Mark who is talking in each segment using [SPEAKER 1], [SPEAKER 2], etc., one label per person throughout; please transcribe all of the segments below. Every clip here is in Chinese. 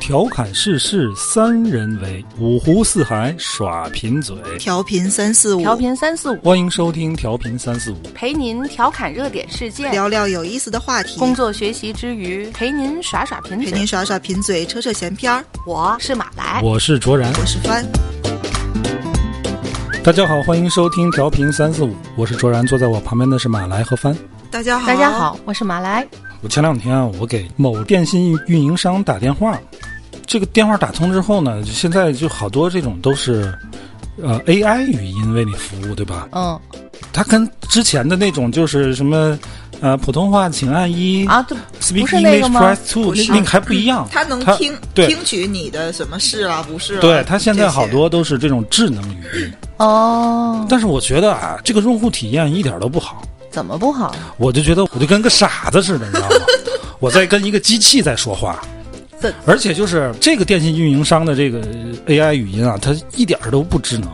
[SPEAKER 1] 调侃世事三人为，五湖四海耍贫嘴。
[SPEAKER 2] 调频三四五，
[SPEAKER 3] 调频三四五，
[SPEAKER 1] 欢迎收听调频三四五，
[SPEAKER 3] 陪您调侃热点事件，
[SPEAKER 2] 聊聊有意思的话题，
[SPEAKER 3] 工作学习之余陪您耍耍贫
[SPEAKER 2] 陪
[SPEAKER 3] 嘴
[SPEAKER 2] 您。耍耍贫嘴，扯扯闲篇儿。
[SPEAKER 3] 我是马来，
[SPEAKER 1] 我是卓然。
[SPEAKER 2] 我是帆，
[SPEAKER 1] 大家好，欢迎收听调频三四五，我是卓然，坐在我旁边的是马来和帆。
[SPEAKER 2] 大家好，
[SPEAKER 3] 大家，好，我是马来。
[SPEAKER 1] 我前两天啊，我给某电信运营商打电话，这个电话打通之后呢，就现在就好多这种都是。呃，AI 语音为你服务，对吧？
[SPEAKER 3] 嗯
[SPEAKER 1] 它跟之前的那种就是什么，呃，普通话请按一
[SPEAKER 3] 啊，对，
[SPEAKER 1] ，Speak
[SPEAKER 3] 不是那
[SPEAKER 1] English
[SPEAKER 3] 个吗
[SPEAKER 1] Press Two，
[SPEAKER 2] 不是
[SPEAKER 1] 那个还不一样。
[SPEAKER 2] 他能
[SPEAKER 1] 它
[SPEAKER 2] 听
[SPEAKER 1] 对
[SPEAKER 2] 听取你的什么是啦、不是啦？啊
[SPEAKER 1] 对它现在好
[SPEAKER 2] 这些。
[SPEAKER 1] 多都是这种智能语 音，
[SPEAKER 3] 哦，
[SPEAKER 1] 但是我觉得啊，这个用户体验一点都不好，
[SPEAKER 3] 怎么不好？
[SPEAKER 1] 我就觉得我就跟个傻子似的，你知道吗？我在跟一个机器在说 话
[SPEAKER 3] 这，
[SPEAKER 1] 而且就是这个电信运营商的这个呃 AI 语音啊，它一点儿都不智能。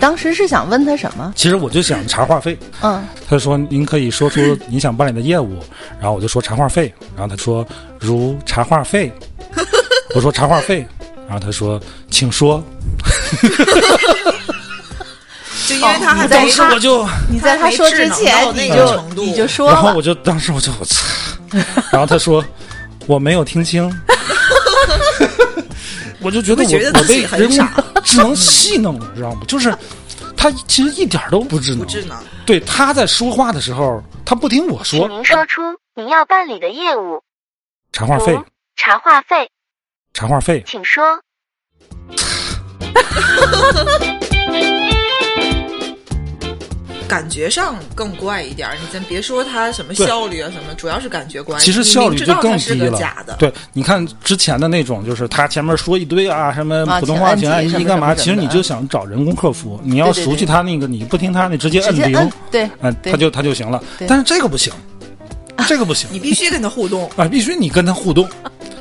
[SPEAKER 3] 当时是想问他什么？
[SPEAKER 1] 其实我就想查话费，
[SPEAKER 3] 嗯，
[SPEAKER 1] 他说您可以说出您想办理的业务， 然后我就说查话费，然后他说如查话 费，我说查话费，然后他说请说，
[SPEAKER 2] 就因为他还
[SPEAKER 3] 哦
[SPEAKER 2] 在
[SPEAKER 1] 当时我就，
[SPEAKER 3] 你在他说之前
[SPEAKER 2] 他没智能到那
[SPEAKER 3] 你
[SPEAKER 2] 个
[SPEAKER 3] 就
[SPEAKER 2] 程度
[SPEAKER 3] 你就说
[SPEAKER 1] 然后
[SPEAKER 3] 了，
[SPEAKER 1] 我就当时我就我操， 然后他说我没有听清， 我就觉得
[SPEAKER 2] 你
[SPEAKER 1] 我
[SPEAKER 2] 会觉得
[SPEAKER 1] 我
[SPEAKER 2] 自
[SPEAKER 1] 被
[SPEAKER 2] 己很
[SPEAKER 1] 人
[SPEAKER 2] 傻
[SPEAKER 1] 工智能戏弄 了，知道吗？就是他其实一点都不智能，
[SPEAKER 2] 不智能，
[SPEAKER 1] 对他在说话的时候，他不听我
[SPEAKER 4] 请
[SPEAKER 1] 说
[SPEAKER 4] 您说出您要办理的业务，
[SPEAKER 1] 查话费
[SPEAKER 4] 如，查话费，
[SPEAKER 1] 查话费。
[SPEAKER 4] 请说。
[SPEAKER 2] 感觉上更怪一点儿。你咱别说他什么
[SPEAKER 1] 对
[SPEAKER 2] 效率啊什么，主要是感觉怪。
[SPEAKER 1] 其实
[SPEAKER 2] 你
[SPEAKER 1] 效率
[SPEAKER 2] 明知
[SPEAKER 1] 就
[SPEAKER 2] 道
[SPEAKER 1] 更
[SPEAKER 2] 它是
[SPEAKER 1] 低
[SPEAKER 2] 个
[SPEAKER 1] 了。
[SPEAKER 2] 假的，
[SPEAKER 1] 对，你看之前的那种，就是他前面说一堆啊，什么
[SPEAKER 3] 啊
[SPEAKER 1] 普通话
[SPEAKER 3] 请
[SPEAKER 1] 请
[SPEAKER 3] 按
[SPEAKER 1] 按
[SPEAKER 3] 几
[SPEAKER 1] 一
[SPEAKER 3] 什么
[SPEAKER 1] 干
[SPEAKER 3] 什么
[SPEAKER 1] 嘛，
[SPEAKER 3] 什么
[SPEAKER 1] 其实你
[SPEAKER 3] 的
[SPEAKER 1] 就想找人工客服，你要
[SPEAKER 3] 对对
[SPEAKER 1] 熟悉
[SPEAKER 3] 对
[SPEAKER 1] 他那个，你不听他，你直接
[SPEAKER 3] 直
[SPEAKER 1] 摁
[SPEAKER 3] 接
[SPEAKER 1] 零，
[SPEAKER 3] 摁，对，
[SPEAKER 1] 嗯，
[SPEAKER 3] 对
[SPEAKER 1] 他就他就行了。
[SPEAKER 3] 对
[SPEAKER 1] 但是这个不 行，这个不行
[SPEAKER 2] 你必须跟他互动。
[SPEAKER 1] 啊，必须你跟他互动，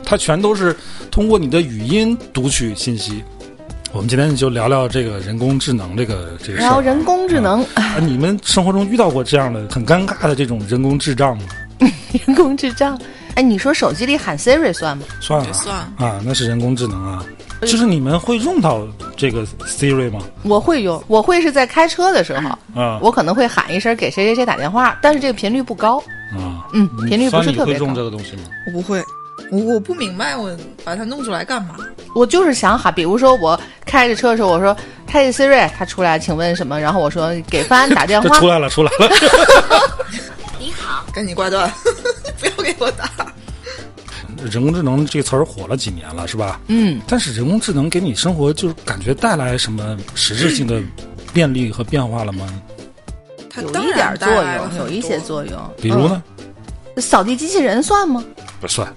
[SPEAKER 1] 他全都是通过你的语音读取信息。我们今天就聊聊这个人工智能这个这个事
[SPEAKER 3] 然后
[SPEAKER 1] 儿。
[SPEAKER 3] 人工智能，
[SPEAKER 1] 啊，你们生活中遇到过这样的很尴尬的这种人工智障吗？
[SPEAKER 3] 人工智障。哎，你说手机里喊 Siri 算哎吗？
[SPEAKER 1] 算了，
[SPEAKER 2] 这算了
[SPEAKER 1] 啊，那是人工智能啊。就是你们会用到这个 Siri 吗？
[SPEAKER 3] 我会用，我会是在开车的时候，
[SPEAKER 1] 啊
[SPEAKER 3] 我可能会喊一声给谁谁谁打电话，但是这个频率不高，
[SPEAKER 1] 啊，
[SPEAKER 3] 嗯，频率不
[SPEAKER 1] 所以
[SPEAKER 3] 是
[SPEAKER 1] 你
[SPEAKER 3] 特
[SPEAKER 1] 会
[SPEAKER 3] 别高
[SPEAKER 1] 用。这个东西吗？
[SPEAKER 2] 我不会，我我不明白，我把它弄出来干嘛？
[SPEAKER 3] 我就是想喊，比如说我开着车的时候，我说开着 Siri，他出来，请问什么？然后我说给帆打电
[SPEAKER 1] 这
[SPEAKER 3] 话
[SPEAKER 1] 出，来了，出来了。
[SPEAKER 4] 你好，
[SPEAKER 2] 赶紧挂断， 不要给我打。
[SPEAKER 1] 人工智能这词儿火了几年了，是吧？
[SPEAKER 3] 嗯，
[SPEAKER 1] 但是人工智能给你生活就是感觉带来什么实质性的便利和变化了吗？
[SPEAKER 2] 它
[SPEAKER 3] 有
[SPEAKER 2] 当
[SPEAKER 3] 一点
[SPEAKER 2] 然
[SPEAKER 3] 作
[SPEAKER 2] 带来了
[SPEAKER 3] 用，有
[SPEAKER 2] 很
[SPEAKER 3] 一些
[SPEAKER 2] 多
[SPEAKER 3] 作用。
[SPEAKER 1] 比如呢，
[SPEAKER 3] 嗯，扫地机器人算吗？
[SPEAKER 1] 不算，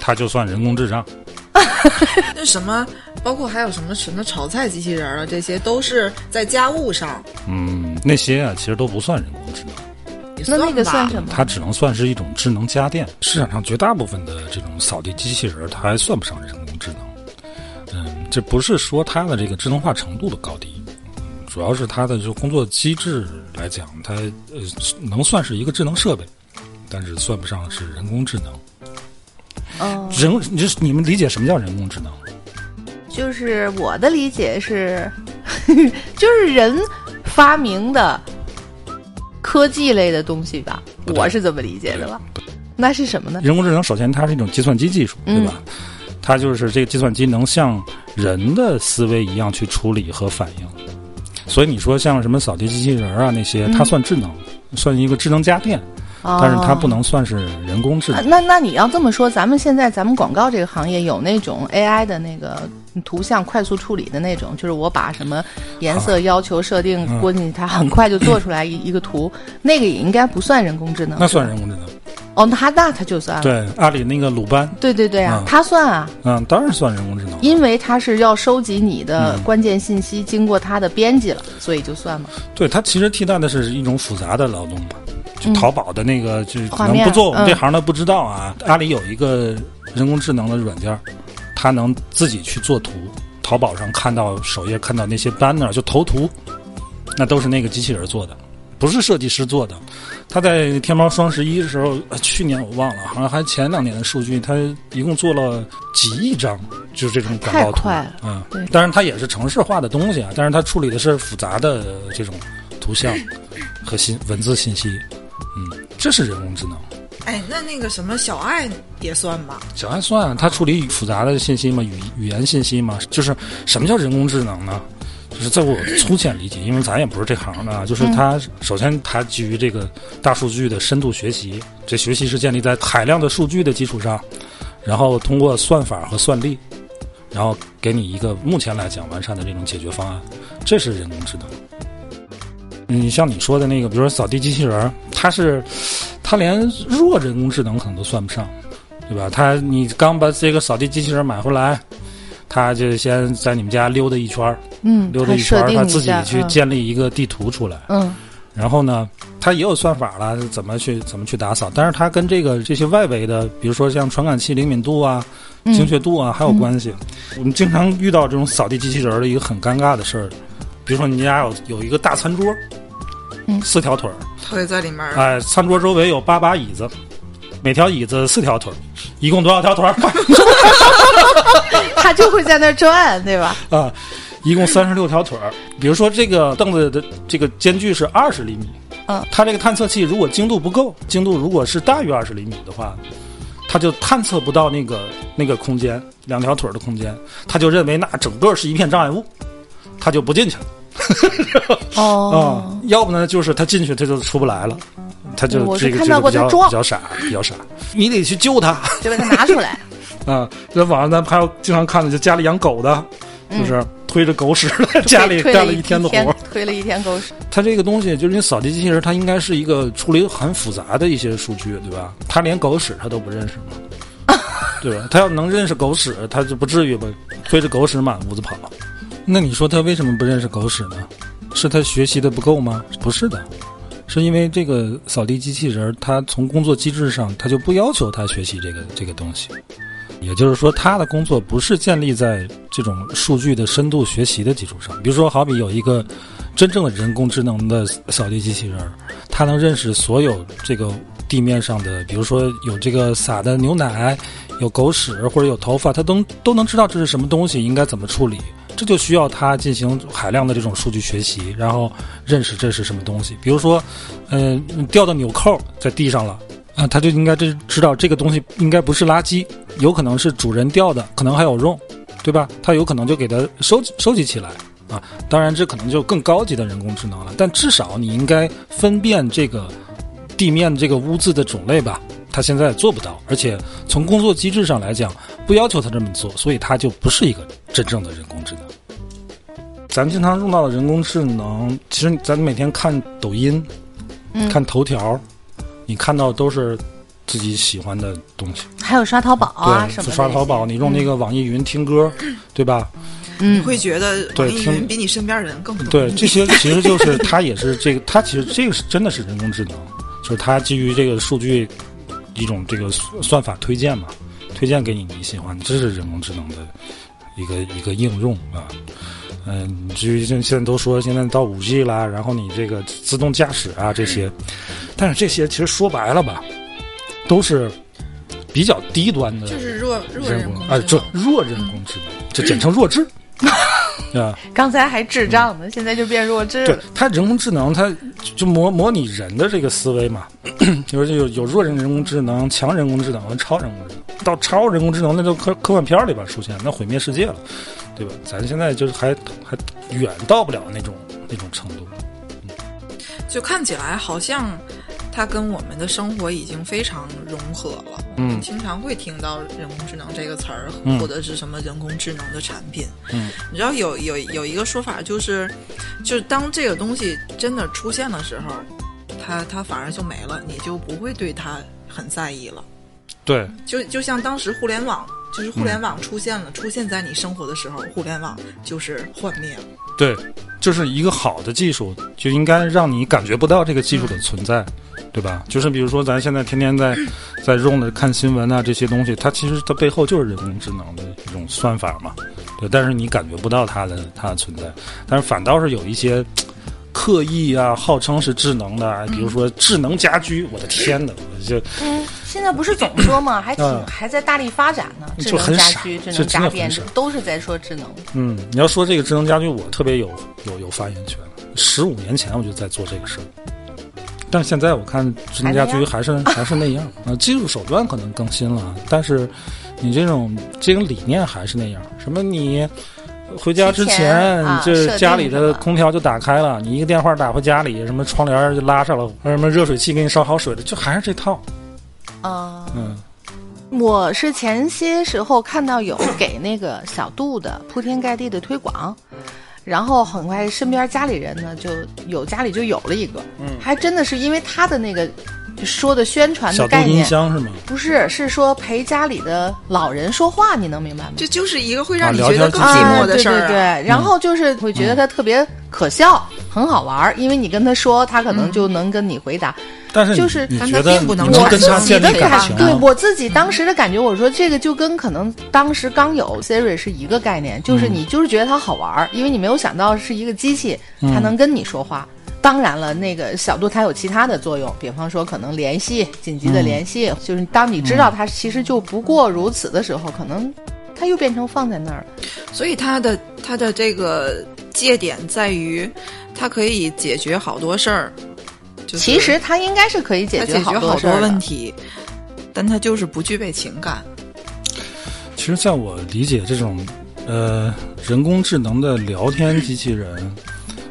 [SPEAKER 1] 它就算人工智障。
[SPEAKER 2] 那什么，包括还有什么什么炒菜机器人儿啊，这些都是在家务上。
[SPEAKER 1] 嗯，那些啊其实都不算人工智能，
[SPEAKER 2] 也
[SPEAKER 3] 那那个
[SPEAKER 2] 吧
[SPEAKER 3] 算什么？
[SPEAKER 1] 啊它只能算是一种智能家电。市场上绝大部分的这种扫地机器人儿，它还算不上人工智能。嗯，这不是说它的这个智能化程度的高低，主要是它的就工作机制来讲，它呃能算是一个智能设备，但是算不上是人工智能。
[SPEAKER 3] 嗯，
[SPEAKER 1] 人，你就是你们理解什么叫人工智能？
[SPEAKER 3] 就是我的理解是， 就是人发明的科技类的东西吧，
[SPEAKER 1] 不对
[SPEAKER 3] 我是这么理解的吧？那是什么呢？
[SPEAKER 1] 人工智能首先它是一种计算机技术，对吧？它就是这个计算机能像人的思维一样去处理和反应。所以你说像什么扫地机器人啊那些，它算智能，算一个智能家电，但是它不能算是人工智
[SPEAKER 3] 啊
[SPEAKER 1] 能。
[SPEAKER 3] 那那你要这么说，咱们现在咱们广告这个行业有那种 AI 的那个图像快速处理的那种，就是我把什么颜色要求设定
[SPEAKER 1] 嗯
[SPEAKER 3] 过进去，它很快就做出来一一个图，那个也应该不算人工智能。
[SPEAKER 1] 那算人工智能，
[SPEAKER 3] 哦，那它那它就算了。
[SPEAKER 1] 对阿里那个鲁班，
[SPEAKER 3] 对对对啊
[SPEAKER 1] 嗯，
[SPEAKER 3] 它算啊，
[SPEAKER 1] 嗯，当然算人工智能。
[SPEAKER 3] 因为它是要收集你
[SPEAKER 1] 嗯
[SPEAKER 3] 的关键信息，经过它的编辑了，所以就算嘛。
[SPEAKER 1] 对，它其实替代的是一种复杂的劳动吧，就
[SPEAKER 3] 嗯
[SPEAKER 1] 淘宝的那个，就是可
[SPEAKER 3] 画
[SPEAKER 1] 能
[SPEAKER 3] 面
[SPEAKER 1] 不做我们这
[SPEAKER 3] 嗯
[SPEAKER 1] 行的不知道啊。阿里有一个人工智能的软件儿，它能自己去做图，淘宝上看到首页看到那些 banner 就投图，那都是那个机器人做的。不是设计师做的，他在天猫双十一的时候，呃去年我忘了，好像还前两年的数据，他一共做了几亿张就是这种广告图
[SPEAKER 3] 太快了
[SPEAKER 1] 啊
[SPEAKER 3] 对。
[SPEAKER 1] 当然它也是城市化的东西啊，但是它处理的是复杂的这种图像和信文字信息，嗯，这是人工智能。
[SPEAKER 2] 哎，那那个什么小爱也算吧？
[SPEAKER 1] 小爱算它处理复杂的信息嘛，语语言信息嘛，就是什么叫人工智能呢？就是在我粗浅理解，因为咱也不是这行的啊，就是它首先它基于这个大数据的深度学习，这学习是建立在海量的数据的基础上，然后通过算法和算力，然后给你一个目前来讲完善的这种解决方案，这是人工智能。你像你说的那个，比如说扫地机器人儿，它是它连弱人工智能可能都算不上。对吧？他你刚把这个扫地机器人买回来，他就先在你们家溜达一圈儿，
[SPEAKER 3] 嗯，
[SPEAKER 1] 溜达
[SPEAKER 3] 它
[SPEAKER 1] 一圈
[SPEAKER 3] 设
[SPEAKER 1] 儿，
[SPEAKER 3] 定
[SPEAKER 1] 他
[SPEAKER 3] 一
[SPEAKER 1] 自己
[SPEAKER 3] 下
[SPEAKER 1] 去
[SPEAKER 3] 嗯
[SPEAKER 1] 建立一个地图出来。
[SPEAKER 3] 嗯
[SPEAKER 1] 然后呢，它也有算法了，怎么去怎么去打扫，但是它跟这个这些外围的，比如说像传感器灵敏度啊、
[SPEAKER 3] 嗯
[SPEAKER 1] 精确度啊，还有关系。我们经常遇到这种扫地机器人儿的一个很尴尬的事儿，比如说你家有有一个大餐桌，
[SPEAKER 3] 嗯
[SPEAKER 1] 四条腿儿，
[SPEAKER 2] 腿在里面儿，
[SPEAKER 1] 哎，餐桌周围有八把椅子，每条椅子四条腿儿，一共多少条腿儿？
[SPEAKER 3] 它就会在那儿转，对吧？
[SPEAKER 1] 啊，一共三十六条腿儿。比如说这个凳子的这个间距是二十厘米，
[SPEAKER 3] 嗯
[SPEAKER 1] 它这个探测器如果精度不够，精度如果是大于二十厘米的话，它就探测不到那个那个空间，两条腿儿的空间，它就认为那整个是一片障碍物，它就不进去了啊、
[SPEAKER 3] 哦，
[SPEAKER 1] 要不呢，就是它进去它就出不来了。它就
[SPEAKER 3] 我是
[SPEAKER 1] 这个
[SPEAKER 3] 看
[SPEAKER 1] 这
[SPEAKER 3] 到
[SPEAKER 1] 个
[SPEAKER 3] 过
[SPEAKER 1] 比较
[SPEAKER 3] 它撞
[SPEAKER 1] 比较傻，比较傻，你得去救它。
[SPEAKER 3] 就把它拿出来。
[SPEAKER 1] 啊，在网上咱们还有经常看的，就家里养狗的，就是推着狗屎在 家里
[SPEAKER 3] 推
[SPEAKER 1] 干
[SPEAKER 3] 了
[SPEAKER 1] 一天的活儿。，
[SPEAKER 3] 推了一天狗屎。
[SPEAKER 1] 它这个东西就是你扫地机器人，它应该是一个处理很复杂的一些数据，对吧？它连狗屎它都不认识嘛，对吧？它要能认识狗屎，它就不至于吧推着狗屎满屋子跑。那你说它为什么不认识狗屎呢？是它学习的不够吗？不是的，是因为这个扫地机器人，它从工作机制上，它就不要求它学习这个这个东西。也就是说，它的工作不是建立在这种数据的深度学习的基础上。比如说，好比有一个真正的人工智能的扫地机器人儿，它能认识所有这个地面上的，比如说有这个撒的牛奶、有狗屎或者有头发，它都都能知道这是什么东西，应该怎么处理。这就需要它进行海量的这种数据学习，然后认识这是什么东西。比如说，呃，掉到纽扣在地上了。啊，它就应该知知道这个东西应该不是垃圾，有可能是主人掉的，可能还有用，对吧？它有可能就给它收集收集起来啊。当然，这可能就更高级的人工智能了，但至少你应该分辨这个地面这个污渍的种类吧。它现在做不到，而且从工作机制上来讲，不要求它这么做，所以它就不是一个真正的人工智能。咱们经常用到的人工智能，其实咱每天看抖音、
[SPEAKER 3] 嗯
[SPEAKER 1] 看头条，你看到都是自己喜欢的东西。
[SPEAKER 3] 还有刷淘宝啊
[SPEAKER 1] 对，
[SPEAKER 3] 什么的。嗯
[SPEAKER 1] 刷淘宝，你用那个网易云听歌，对吧？
[SPEAKER 2] 你会觉得网
[SPEAKER 1] 对
[SPEAKER 2] 易
[SPEAKER 1] 听
[SPEAKER 2] 云比你身边人更懂。
[SPEAKER 1] 对，这些其实就是 它也是这个，它其实这个是真的是人工智能，就是它基于这个数据一种这个算法推荐嘛，推荐给你你喜欢，这是人工智能的一个一个应用啊。嗯，至于现现在都说现在到五 G 啦，然后你这个自动驾驶啊这些，但是这些其实说白了吧，都是比较低端的
[SPEAKER 2] 就是弱弱
[SPEAKER 1] 人
[SPEAKER 2] 人
[SPEAKER 1] 工
[SPEAKER 2] 工智
[SPEAKER 1] 啊，
[SPEAKER 2] 能
[SPEAKER 1] 这弱人工智能，这简称弱智， 啊对吧？
[SPEAKER 3] 刚才还智障呢，现在就变弱智
[SPEAKER 1] 对
[SPEAKER 3] 了。
[SPEAKER 1] 它人工智能，它就模模拟人的这个思维嘛， 就是有有弱人人工智能、强人工智能和超人工智能。到超人工智能，那就科科幻片里边出现，那毁灭世界了，对吧？咱现在就是还还远到不了那种那种程度。
[SPEAKER 2] 就看起来好像它跟我们的生活已经非常融合了。
[SPEAKER 1] 嗯
[SPEAKER 2] 我们经常会听到人工智能这个词儿，
[SPEAKER 1] 嗯
[SPEAKER 2] 或者是什么人工智能的产品。
[SPEAKER 1] 嗯，
[SPEAKER 2] 你知道有有有一个说法就是，就是当这个东西真的出现的时候，它它反而就没了，你就不会对它很在意了。
[SPEAKER 1] 对，
[SPEAKER 2] 就就像当时互联网。就是互联网出
[SPEAKER 1] 嗯
[SPEAKER 2] 现了，出现在你生活的时候，互联网就是幻灭了。
[SPEAKER 1] 对，就是一个好的技术，就应该让你感觉不到这个技术的存在，对吧？就是比如说咱现在天天在在用的看新闻啊这些东西，它其实它背后就是人工智能的一种算法嘛，对。但是你感觉不到它的它的存在，但是反倒是有一些。哎刻意啊，号称是智能的啊，比如说智能家居，我的天呐，我就
[SPEAKER 3] 现在不是总说嘛，还挺、
[SPEAKER 1] 嗯
[SPEAKER 3] 还在大力发展呢，智
[SPEAKER 1] 就
[SPEAKER 3] 能
[SPEAKER 1] 很
[SPEAKER 3] 家
[SPEAKER 1] 傻
[SPEAKER 3] 居、智
[SPEAKER 1] 这
[SPEAKER 3] 能
[SPEAKER 1] 真
[SPEAKER 3] 家
[SPEAKER 1] 的很
[SPEAKER 3] 电
[SPEAKER 1] 傻
[SPEAKER 3] 都是在说智能。
[SPEAKER 1] 嗯，你要说这个智能家居，我特别有有有发言权。十五年前我就在做这个事儿，但是现在我看智能家居还是 还是那样啊、呃技术手段可能更新了，但是你这种这种理念还是那样。什么你回家之
[SPEAKER 3] 提前啊
[SPEAKER 1] 你这家里
[SPEAKER 3] 设定
[SPEAKER 1] 的
[SPEAKER 3] 什么
[SPEAKER 1] 空调就打开了，你一个电话打回家里，什么窗帘就拉上了，什么热水器给你烧好水了，就还是这套。
[SPEAKER 3] 啊、
[SPEAKER 1] 嗯，
[SPEAKER 3] 我是前些时候看到有给那个小度的铺天盖地的推广，然后很快身边家里人呢就有家里就有了一个，
[SPEAKER 1] 嗯
[SPEAKER 3] 还真的是因为他的那个说的宣传
[SPEAKER 1] 小
[SPEAKER 3] 的
[SPEAKER 1] 度
[SPEAKER 3] 啊概
[SPEAKER 1] 音
[SPEAKER 3] 念，
[SPEAKER 1] 箱是吗？
[SPEAKER 3] 不是是说陪家里的老人说话，你能明白吗？
[SPEAKER 2] 这就是一个会让你
[SPEAKER 1] 啊
[SPEAKER 2] 觉得
[SPEAKER 1] 聊天
[SPEAKER 2] 更
[SPEAKER 1] 记
[SPEAKER 2] 寂
[SPEAKER 1] 录
[SPEAKER 2] 寞的事儿、啊
[SPEAKER 3] 对对对，然后就是会觉得他特别可笑，很好玩儿，因为你跟他说，他可能就能跟你回答。
[SPEAKER 1] 但是你
[SPEAKER 3] 就是
[SPEAKER 1] 你
[SPEAKER 2] 但
[SPEAKER 1] 觉
[SPEAKER 2] 它
[SPEAKER 1] 得
[SPEAKER 2] 并不
[SPEAKER 1] 你
[SPEAKER 2] 能
[SPEAKER 1] 能
[SPEAKER 2] 说
[SPEAKER 1] 跟他
[SPEAKER 2] 自己
[SPEAKER 1] 建
[SPEAKER 2] 的
[SPEAKER 1] 立
[SPEAKER 2] 感
[SPEAKER 1] 感
[SPEAKER 2] 情
[SPEAKER 1] 情
[SPEAKER 2] 啊
[SPEAKER 3] 对我自己当时的感觉，我说这个就跟可能当时刚有 Siri 是一个概念，
[SPEAKER 2] 嗯
[SPEAKER 3] 就是你就是觉得它好玩儿，因为你没有想到是一个机器，
[SPEAKER 2] 嗯
[SPEAKER 3] 它能跟你说话。当然了，那个小度它有其他的作用，比方说可能联系紧急的联系，
[SPEAKER 2] 嗯
[SPEAKER 3] 就是当你知道它其实就不过如此的时候，可能它又变成放在那儿了。
[SPEAKER 2] 所以它的它的这个界点在于，它可以解决好多事儿。就是
[SPEAKER 3] 其实它应该是可以解
[SPEAKER 2] 它解决
[SPEAKER 3] 好
[SPEAKER 2] 好
[SPEAKER 3] 事
[SPEAKER 2] 多
[SPEAKER 3] 儿的
[SPEAKER 2] 问。题，但它就是不具备情感。
[SPEAKER 1] 其实，在我理解，这种呃人工智能的聊天机器人，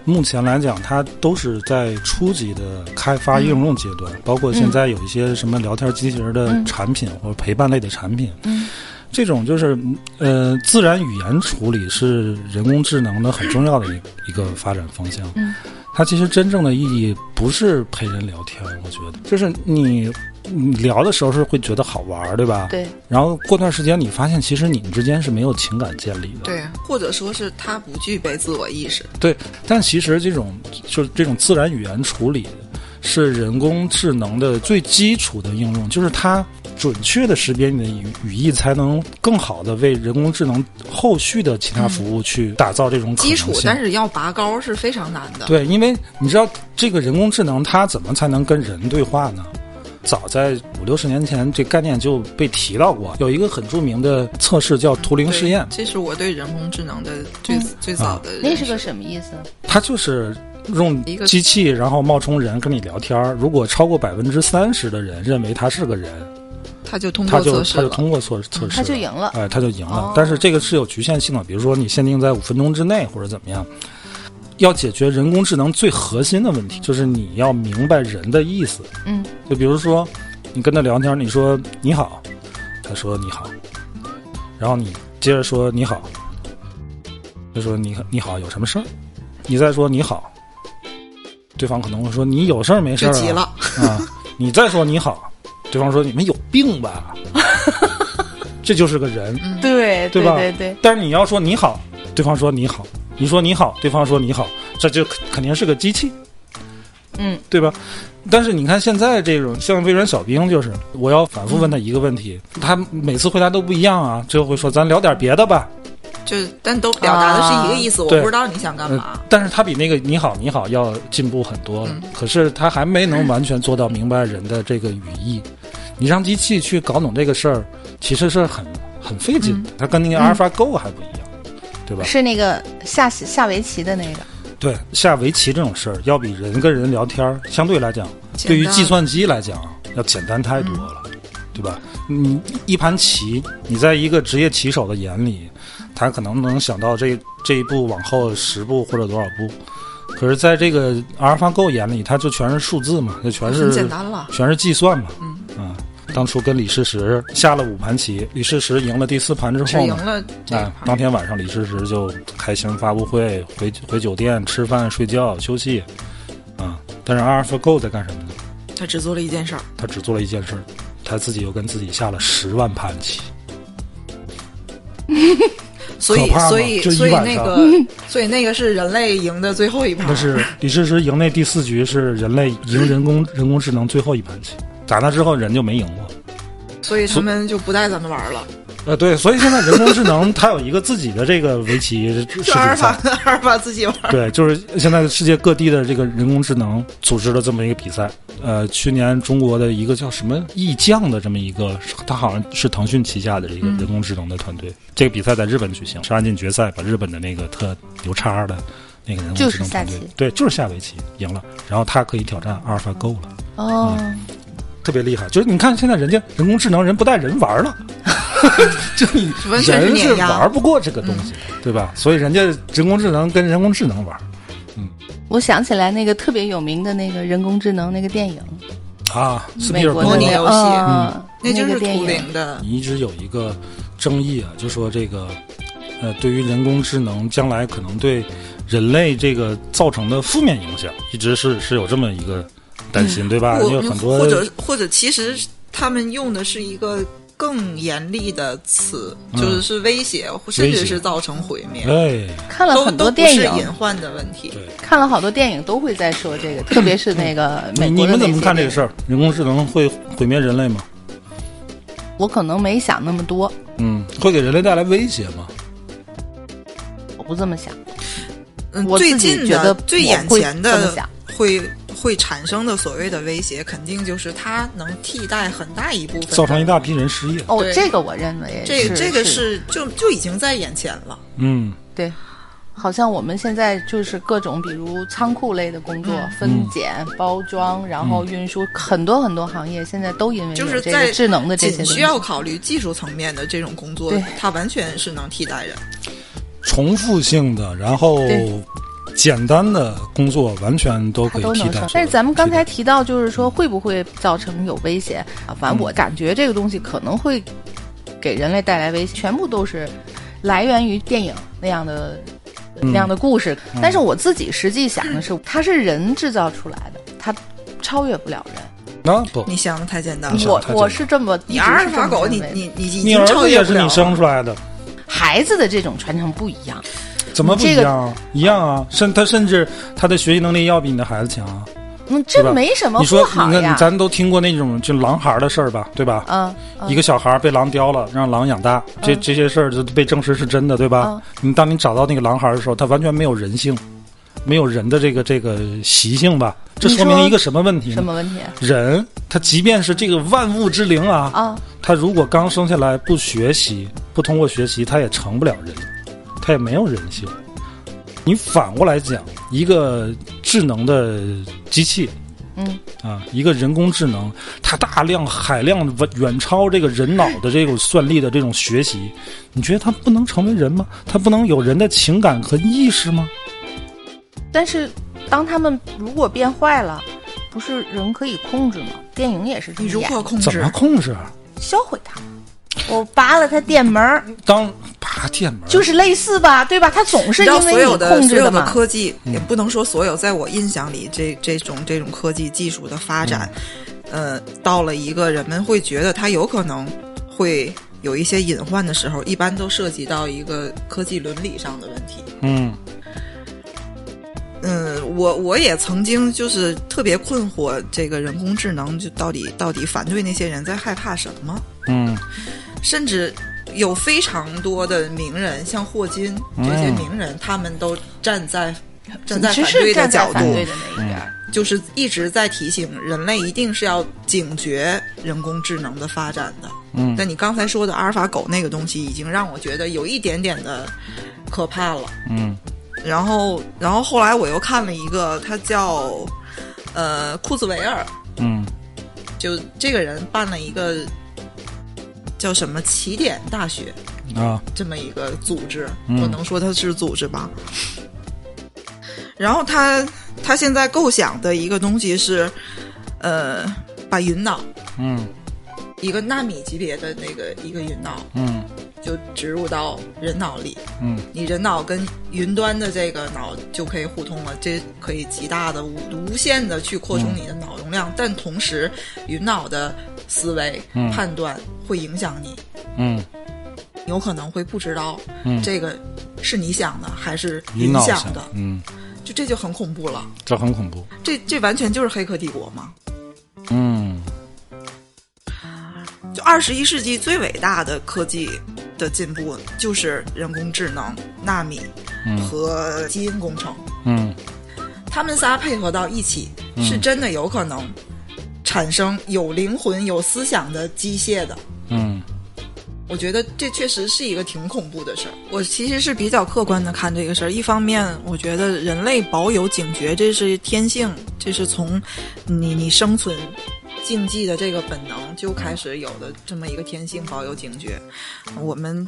[SPEAKER 1] 目前来讲，它都是在初级的开发应用阶
[SPEAKER 3] 嗯
[SPEAKER 1] 段，包括现在有一些什么聊天机器人的产品、或者陪伴类的产品。
[SPEAKER 3] 嗯
[SPEAKER 1] 这种就是呃，自然语言处理是人工智能的很重要的一一个发展方向。
[SPEAKER 3] 嗯
[SPEAKER 1] 它其实真正的意义不是陪人聊天，我觉得就是你你聊的时候是会觉得好玩儿，对吧？
[SPEAKER 3] 对，
[SPEAKER 1] 然后过段时间，你发现其实你们之间是没有情感建立的。
[SPEAKER 2] 对，或者说是它不具备自我意识。
[SPEAKER 1] 对，但其实这种就是这种自然语言处理是人工智能的最基础的应用，就是它准确的识别你的语语义，才能更好的为人工智能后续的其他服务去打造这种可能
[SPEAKER 2] 嗯基
[SPEAKER 1] 性
[SPEAKER 2] 础，但是要拔高是非常难的。
[SPEAKER 1] 对，因为你知道这个人工智能它怎么才能跟人对话呢？早在五六十年前，这概念就被提到过。有一个很著名的测试叫图灵
[SPEAKER 2] 对
[SPEAKER 1] 试验，
[SPEAKER 2] 这是我对人工智能的最、最早的认识、
[SPEAKER 3] 嗯啊那是个什么意思？
[SPEAKER 1] 它就是用
[SPEAKER 2] 一个
[SPEAKER 1] 机器，然后冒充人跟你聊天儿。如果超过百分之三十的人认为他是个人，
[SPEAKER 2] 它就通
[SPEAKER 1] 他
[SPEAKER 2] 过
[SPEAKER 1] 就
[SPEAKER 2] 测试
[SPEAKER 1] 他就
[SPEAKER 2] 了。嗯
[SPEAKER 1] 通过测测试，
[SPEAKER 3] 他就赢了
[SPEAKER 1] 哎，他就赢了
[SPEAKER 3] 哦。
[SPEAKER 1] 但是这个是有局限性的，比如说你限定在五分钟之内或者怎么样。要解决人工智能最核心的问题，就是你要明白人的意思。
[SPEAKER 3] 嗯，
[SPEAKER 1] 就比如说，你跟他聊天，你说你好，他说你好，然后你接着说你好，他说你你好有什么事儿？你再说你好，对方可能会说你有事儿没事儿、
[SPEAKER 2] 就
[SPEAKER 1] 啊？
[SPEAKER 2] 急了，
[SPEAKER 1] 啊，你再说你好，对方说你们有病吧？这就是个人，
[SPEAKER 3] 对
[SPEAKER 1] 对吧？
[SPEAKER 3] 对对。
[SPEAKER 1] 但是你要说你好，对方说你好，你说你好，对方说你好，这就肯肯定是个机器，
[SPEAKER 3] 嗯，
[SPEAKER 1] 对吧？但是你看现在这种，像微软小冰就是，我要反复问他一个问题，他每次回答都不一样啊，最后会说咱聊点别的吧。
[SPEAKER 2] 就是但都表达的是一个意思，我
[SPEAKER 1] 对
[SPEAKER 2] 不知道你想干嘛
[SPEAKER 1] 呃。但是他比那个你好你好要进步很多了，可是他还没能完全做到明白人的这个语义。你让机器去搞懂这个事儿，其实是很很费劲的，它跟那个 AlphaGo 还不一样，对吧？
[SPEAKER 3] 是那个下下围棋的那个，
[SPEAKER 1] 对，下围棋这种事儿，要比人跟人聊天儿相对来讲，
[SPEAKER 2] 简单
[SPEAKER 1] 对于计算机来讲要简单太多了，对吧？你一盘棋，你在一个职业棋手的眼里，他可能能想到这这一步往后十步或者多少步，可是在这个阿尔法狗眼里，它就全是数字嘛，就全是
[SPEAKER 2] 很简单了
[SPEAKER 1] 全是计算嘛，嗯当初跟李世石下了五盘棋，李世石赢了第四盘之
[SPEAKER 2] 只
[SPEAKER 1] 后
[SPEAKER 2] 赢
[SPEAKER 1] 呢，
[SPEAKER 2] 了这一
[SPEAKER 1] 哎，
[SPEAKER 2] 盘
[SPEAKER 1] 当天晚上李世石就开新闻发布会，回回酒店吃饭、睡觉、休息，啊、但是 AlphaGo 在干什么呢？
[SPEAKER 2] 他只做了一件事儿，
[SPEAKER 1] 他只做了一件事儿，他自己又跟自己下了十万盘棋。
[SPEAKER 2] 啊所以
[SPEAKER 1] 可怕吗
[SPEAKER 2] 所以
[SPEAKER 1] 就一
[SPEAKER 2] 所以
[SPEAKER 1] 晚
[SPEAKER 2] 那
[SPEAKER 1] 上
[SPEAKER 2] 个 所以那个是人类赢的最后一盘
[SPEAKER 1] 但，是李世石赢那第四局是人类赢人工 人工智能最后一盘棋，打那之后人就没赢过。
[SPEAKER 2] 所以他们就不带咱们玩了。
[SPEAKER 1] 呃，对，所以现在人工智能它有一个自己的这个围棋世
[SPEAKER 2] 就阿尔
[SPEAKER 1] 界
[SPEAKER 2] 法
[SPEAKER 1] 赛，
[SPEAKER 2] 跟阿尔法自己玩 儿。
[SPEAKER 1] 对，就是现在世界各地的这个人工智能组织了这么一个比赛。呃，去年中国的一个叫什么易将的这么一个，它好像是腾讯旗下的一个
[SPEAKER 3] 嗯
[SPEAKER 1] 人工智能的团队。这个比赛在日本举行，杀进决赛，把日本的那个特牛叉的那个人工智能团队
[SPEAKER 3] 就是下棋，
[SPEAKER 1] 对，就是下围棋赢了，然后他可以挑战阿尔法 Go 了，
[SPEAKER 3] 哦，
[SPEAKER 1] 特别厉害。就是你看现在人家人工智能人不带人玩 了。就你
[SPEAKER 2] 完全是
[SPEAKER 1] 人是
[SPEAKER 2] 碾压
[SPEAKER 1] 玩不过这个
[SPEAKER 3] 嗯
[SPEAKER 1] 东西，的，对吧？所以人家人工智能跟人工智能玩
[SPEAKER 3] 我想起来那个特别有名的那个人工智能那个电影，
[SPEAKER 1] 啊，斯皮
[SPEAKER 3] 美
[SPEAKER 1] 尔
[SPEAKER 3] 国
[SPEAKER 1] 伯
[SPEAKER 3] 的
[SPEAKER 1] 格
[SPEAKER 2] 模拟游戏
[SPEAKER 3] 嗯，
[SPEAKER 2] 那就
[SPEAKER 3] 个
[SPEAKER 2] 是
[SPEAKER 3] 电
[SPEAKER 2] 图
[SPEAKER 3] 影。
[SPEAKER 2] 灵的，
[SPEAKER 1] 你一直有一个争议啊，就说这个，呃，对于人工智能将来可能对人类这个造成的负面影响，一直是是有这么一个担
[SPEAKER 3] 嗯
[SPEAKER 1] 心，对吧？
[SPEAKER 2] 或
[SPEAKER 1] 你啊有很多
[SPEAKER 2] 或者或者其实他们用的是一个更严厉的词，
[SPEAKER 1] 嗯
[SPEAKER 2] 就是是威胁，甚
[SPEAKER 1] 威胁
[SPEAKER 2] 至是造成毁灭，
[SPEAKER 1] 哎，
[SPEAKER 3] 看了
[SPEAKER 2] 都
[SPEAKER 3] 很
[SPEAKER 2] 都
[SPEAKER 3] 多
[SPEAKER 2] 不
[SPEAKER 3] 电
[SPEAKER 2] 是
[SPEAKER 3] 影，
[SPEAKER 2] 隐患的问题。
[SPEAKER 1] 对，
[SPEAKER 3] 看了好多电影都会在说这个，特别是那个
[SPEAKER 1] 你
[SPEAKER 3] 美
[SPEAKER 1] 嗯你
[SPEAKER 3] 国的
[SPEAKER 1] 们怎
[SPEAKER 3] 那
[SPEAKER 1] 么
[SPEAKER 3] 些
[SPEAKER 1] 看这个
[SPEAKER 3] 电影
[SPEAKER 1] 事儿？人工智能会毁灭人类吗？
[SPEAKER 3] 我可能没想那么多，
[SPEAKER 1] 嗯，会给人类带来威胁吗？
[SPEAKER 3] 我不这么想。
[SPEAKER 2] 嗯，
[SPEAKER 3] 我
[SPEAKER 2] 最
[SPEAKER 3] 自己
[SPEAKER 2] 近
[SPEAKER 3] 觉
[SPEAKER 2] 的
[SPEAKER 3] 得
[SPEAKER 2] 最
[SPEAKER 3] 我
[SPEAKER 2] 眼
[SPEAKER 3] 会
[SPEAKER 2] 前
[SPEAKER 3] 这么
[SPEAKER 2] 的
[SPEAKER 3] 想
[SPEAKER 2] 会会产生的所谓的威胁，肯定就是它能替代很大一部分的，
[SPEAKER 1] 造成一大批人失业？
[SPEAKER 3] 哦，
[SPEAKER 2] 对
[SPEAKER 3] 这个我认为
[SPEAKER 2] 这
[SPEAKER 3] 是
[SPEAKER 2] 这个
[SPEAKER 3] 是
[SPEAKER 2] 是就就已经在眼前了。
[SPEAKER 1] 嗯，
[SPEAKER 3] 对。好像我们现在就是各种，比如仓库类的工作，
[SPEAKER 2] 嗯
[SPEAKER 3] 分拣、包装，然后
[SPEAKER 1] 嗯
[SPEAKER 3] 运输，很多很多行业现在都因为
[SPEAKER 2] 就
[SPEAKER 3] 有
[SPEAKER 2] 是
[SPEAKER 3] 哎这
[SPEAKER 2] 在
[SPEAKER 3] 个智能的这些
[SPEAKER 2] 仅
[SPEAKER 3] 东
[SPEAKER 2] 需
[SPEAKER 3] 西。
[SPEAKER 2] 要考虑技术层面的这种工作
[SPEAKER 3] 对，
[SPEAKER 2] 它完全是能替代人。
[SPEAKER 1] 重复性的，然后
[SPEAKER 3] 对
[SPEAKER 1] 简单的工作完全都可
[SPEAKER 3] 它
[SPEAKER 1] 以
[SPEAKER 3] 都
[SPEAKER 1] 替
[SPEAKER 3] 能
[SPEAKER 1] 代
[SPEAKER 3] 上。。但是咱们刚才提到，就是说会不会造成有危险
[SPEAKER 1] 嗯
[SPEAKER 3] 啊？反正我感觉这个东西可能会给人类带来危险，全部都是来源于电影那样的、呃
[SPEAKER 1] 嗯
[SPEAKER 3] 那样的故事。但是我自己实际想的是，它是人制造出来的，它超越不了人。
[SPEAKER 1] 那不，
[SPEAKER 2] 你想的太简单
[SPEAKER 1] 你
[SPEAKER 2] 了。
[SPEAKER 1] 想
[SPEAKER 3] 我
[SPEAKER 1] 太简单
[SPEAKER 3] 我是这么
[SPEAKER 2] 你
[SPEAKER 3] 一直
[SPEAKER 2] 阿尔
[SPEAKER 3] 是这
[SPEAKER 2] 法
[SPEAKER 3] 么
[SPEAKER 2] 狗，
[SPEAKER 3] 认
[SPEAKER 2] 你
[SPEAKER 3] 为的
[SPEAKER 2] 你你已
[SPEAKER 1] 你
[SPEAKER 2] 经
[SPEAKER 1] 儿
[SPEAKER 2] 超
[SPEAKER 1] 子
[SPEAKER 2] 越
[SPEAKER 1] 也
[SPEAKER 2] 不
[SPEAKER 1] 是
[SPEAKER 2] 了
[SPEAKER 1] 你
[SPEAKER 2] 了。
[SPEAKER 1] 生出来的。
[SPEAKER 3] 孩子的这种传承不一样。
[SPEAKER 1] 怎么不一
[SPEAKER 3] 这个
[SPEAKER 1] 样啊？一样啊，甚他甚至他的学习能力要比你的孩子强啊，
[SPEAKER 3] 嗯，
[SPEAKER 1] 对
[SPEAKER 3] 这
[SPEAKER 1] 吧？
[SPEAKER 3] 没什么
[SPEAKER 1] 你
[SPEAKER 3] 不
[SPEAKER 1] 说，
[SPEAKER 3] 好
[SPEAKER 1] 你看
[SPEAKER 3] 呀。
[SPEAKER 1] 咱都听过那种就狼孩儿的事儿吧，对吧？
[SPEAKER 3] 嗯，
[SPEAKER 1] 一个小孩儿被狼叼了，让狼养大，这、这些事儿就被证实是真的，对吧？
[SPEAKER 3] 嗯
[SPEAKER 1] 你当你找到那个狼孩儿的时候，他完全没有人性，没有人的这个这个习性吧？这
[SPEAKER 3] 你
[SPEAKER 1] 说
[SPEAKER 3] 说
[SPEAKER 1] 明一个什么问题呢？
[SPEAKER 3] 什么问题
[SPEAKER 1] 人他即便是这个万物之灵啊，
[SPEAKER 3] 啊？
[SPEAKER 1] 他如果刚生下来不学习，不通过学习，他也成不了人，他也没有人性。你反过来讲，一个智能的机器
[SPEAKER 3] 嗯，
[SPEAKER 1] 啊，一个人工智能，它大量海量地远超这个人脑的这种算力的这种学习，你觉得它不能成为人吗？它不能有人的情感和意识吗？
[SPEAKER 3] 但是当他们如果变坏了，不是人可以控制吗？电影也是这
[SPEAKER 2] 你
[SPEAKER 3] 么
[SPEAKER 2] 如
[SPEAKER 3] 演
[SPEAKER 2] 何控
[SPEAKER 1] 怎
[SPEAKER 2] 制
[SPEAKER 1] 么？控制啊？
[SPEAKER 3] 销毁它。我拔了它电门儿，
[SPEAKER 1] 当拔电门，
[SPEAKER 3] 就是类似吧，对吧？它总是
[SPEAKER 2] 你知道
[SPEAKER 3] 因
[SPEAKER 2] 所
[SPEAKER 3] 为
[SPEAKER 2] 有
[SPEAKER 3] 你
[SPEAKER 2] 的
[SPEAKER 3] 控
[SPEAKER 2] 所
[SPEAKER 3] 制
[SPEAKER 2] 有的
[SPEAKER 3] 嘛。
[SPEAKER 2] 科技，
[SPEAKER 1] 嗯
[SPEAKER 2] 也不能说所有，在我印象里，这这种这种科技技术的发展，
[SPEAKER 1] 嗯
[SPEAKER 2] 呃，到了一个人们会觉得它有可能会有一些隐患的时候，一般都涉及到一个科技伦理上的问题。
[SPEAKER 1] 嗯
[SPEAKER 2] 嗯，我我也曾经就是特别困惑，这个人工智能就到底到底反对那些人在害怕什么？
[SPEAKER 1] 嗯
[SPEAKER 2] 甚至有非常多的名人，像霍金这些名人，他们都站在站在
[SPEAKER 3] 只
[SPEAKER 2] 反
[SPEAKER 3] 嗯是
[SPEAKER 2] 对的
[SPEAKER 3] 站在
[SPEAKER 2] 角
[SPEAKER 3] 反
[SPEAKER 2] 度，
[SPEAKER 3] 对的那一
[SPEAKER 1] 嗯
[SPEAKER 3] 边儿，
[SPEAKER 2] 就是一直在提醒人类一定是要警觉人工智能的发展的。
[SPEAKER 1] 嗯
[SPEAKER 2] 但你刚才说的阿尔法狗那个东西，已经让我觉得有一点点的可怕了。
[SPEAKER 1] 嗯
[SPEAKER 2] 然后，然后后来我又看了一个，他叫呃库兹韦尔，
[SPEAKER 1] 嗯
[SPEAKER 2] 就这个人办了一个叫什么起点大学，
[SPEAKER 1] 啊
[SPEAKER 2] 这么一个组织，
[SPEAKER 1] 嗯
[SPEAKER 2] 我能说它是组织吧。然后他他现在构想的一个东西是，呃，把云脑
[SPEAKER 1] 嗯
[SPEAKER 2] 一个纳米级别的那个一个云脑
[SPEAKER 1] 嗯
[SPEAKER 2] 就植入到人脑里，
[SPEAKER 1] 嗯
[SPEAKER 2] 你人脑跟云端的这个脑就可以互通了，这可以极大的无无限的去扩充你的脑容量，但同时云脑的思维、
[SPEAKER 1] 嗯
[SPEAKER 2] 判断会影响你，
[SPEAKER 1] 嗯
[SPEAKER 2] 有可能会不知道
[SPEAKER 1] 嗯，
[SPEAKER 2] 这个是你想的还是
[SPEAKER 1] 云
[SPEAKER 2] 云
[SPEAKER 1] 脑
[SPEAKER 2] 想
[SPEAKER 1] 想
[SPEAKER 2] 的，
[SPEAKER 1] 嗯，
[SPEAKER 2] 就这就很恐怖了。
[SPEAKER 1] 这很恐怖。
[SPEAKER 2] 这这完全就是《黑客帝国》嘛！
[SPEAKER 1] 嗯
[SPEAKER 2] 就二十一世纪最伟大的科技的进步就是人工智能、纳米
[SPEAKER 1] 嗯
[SPEAKER 2] 和基因工程，
[SPEAKER 1] 嗯
[SPEAKER 2] 他们仨配合到一起，是真的有可能产生有灵魂、有思想的机械的。
[SPEAKER 1] 嗯
[SPEAKER 2] 我觉得这确实是一个挺恐怖的事儿。我其实是比较客观的看这个事儿。一方面，我觉得人类保有警觉，这是天性，这是从你你生存竞技的这个本能就开始有的这么一个天性，保有警觉。我们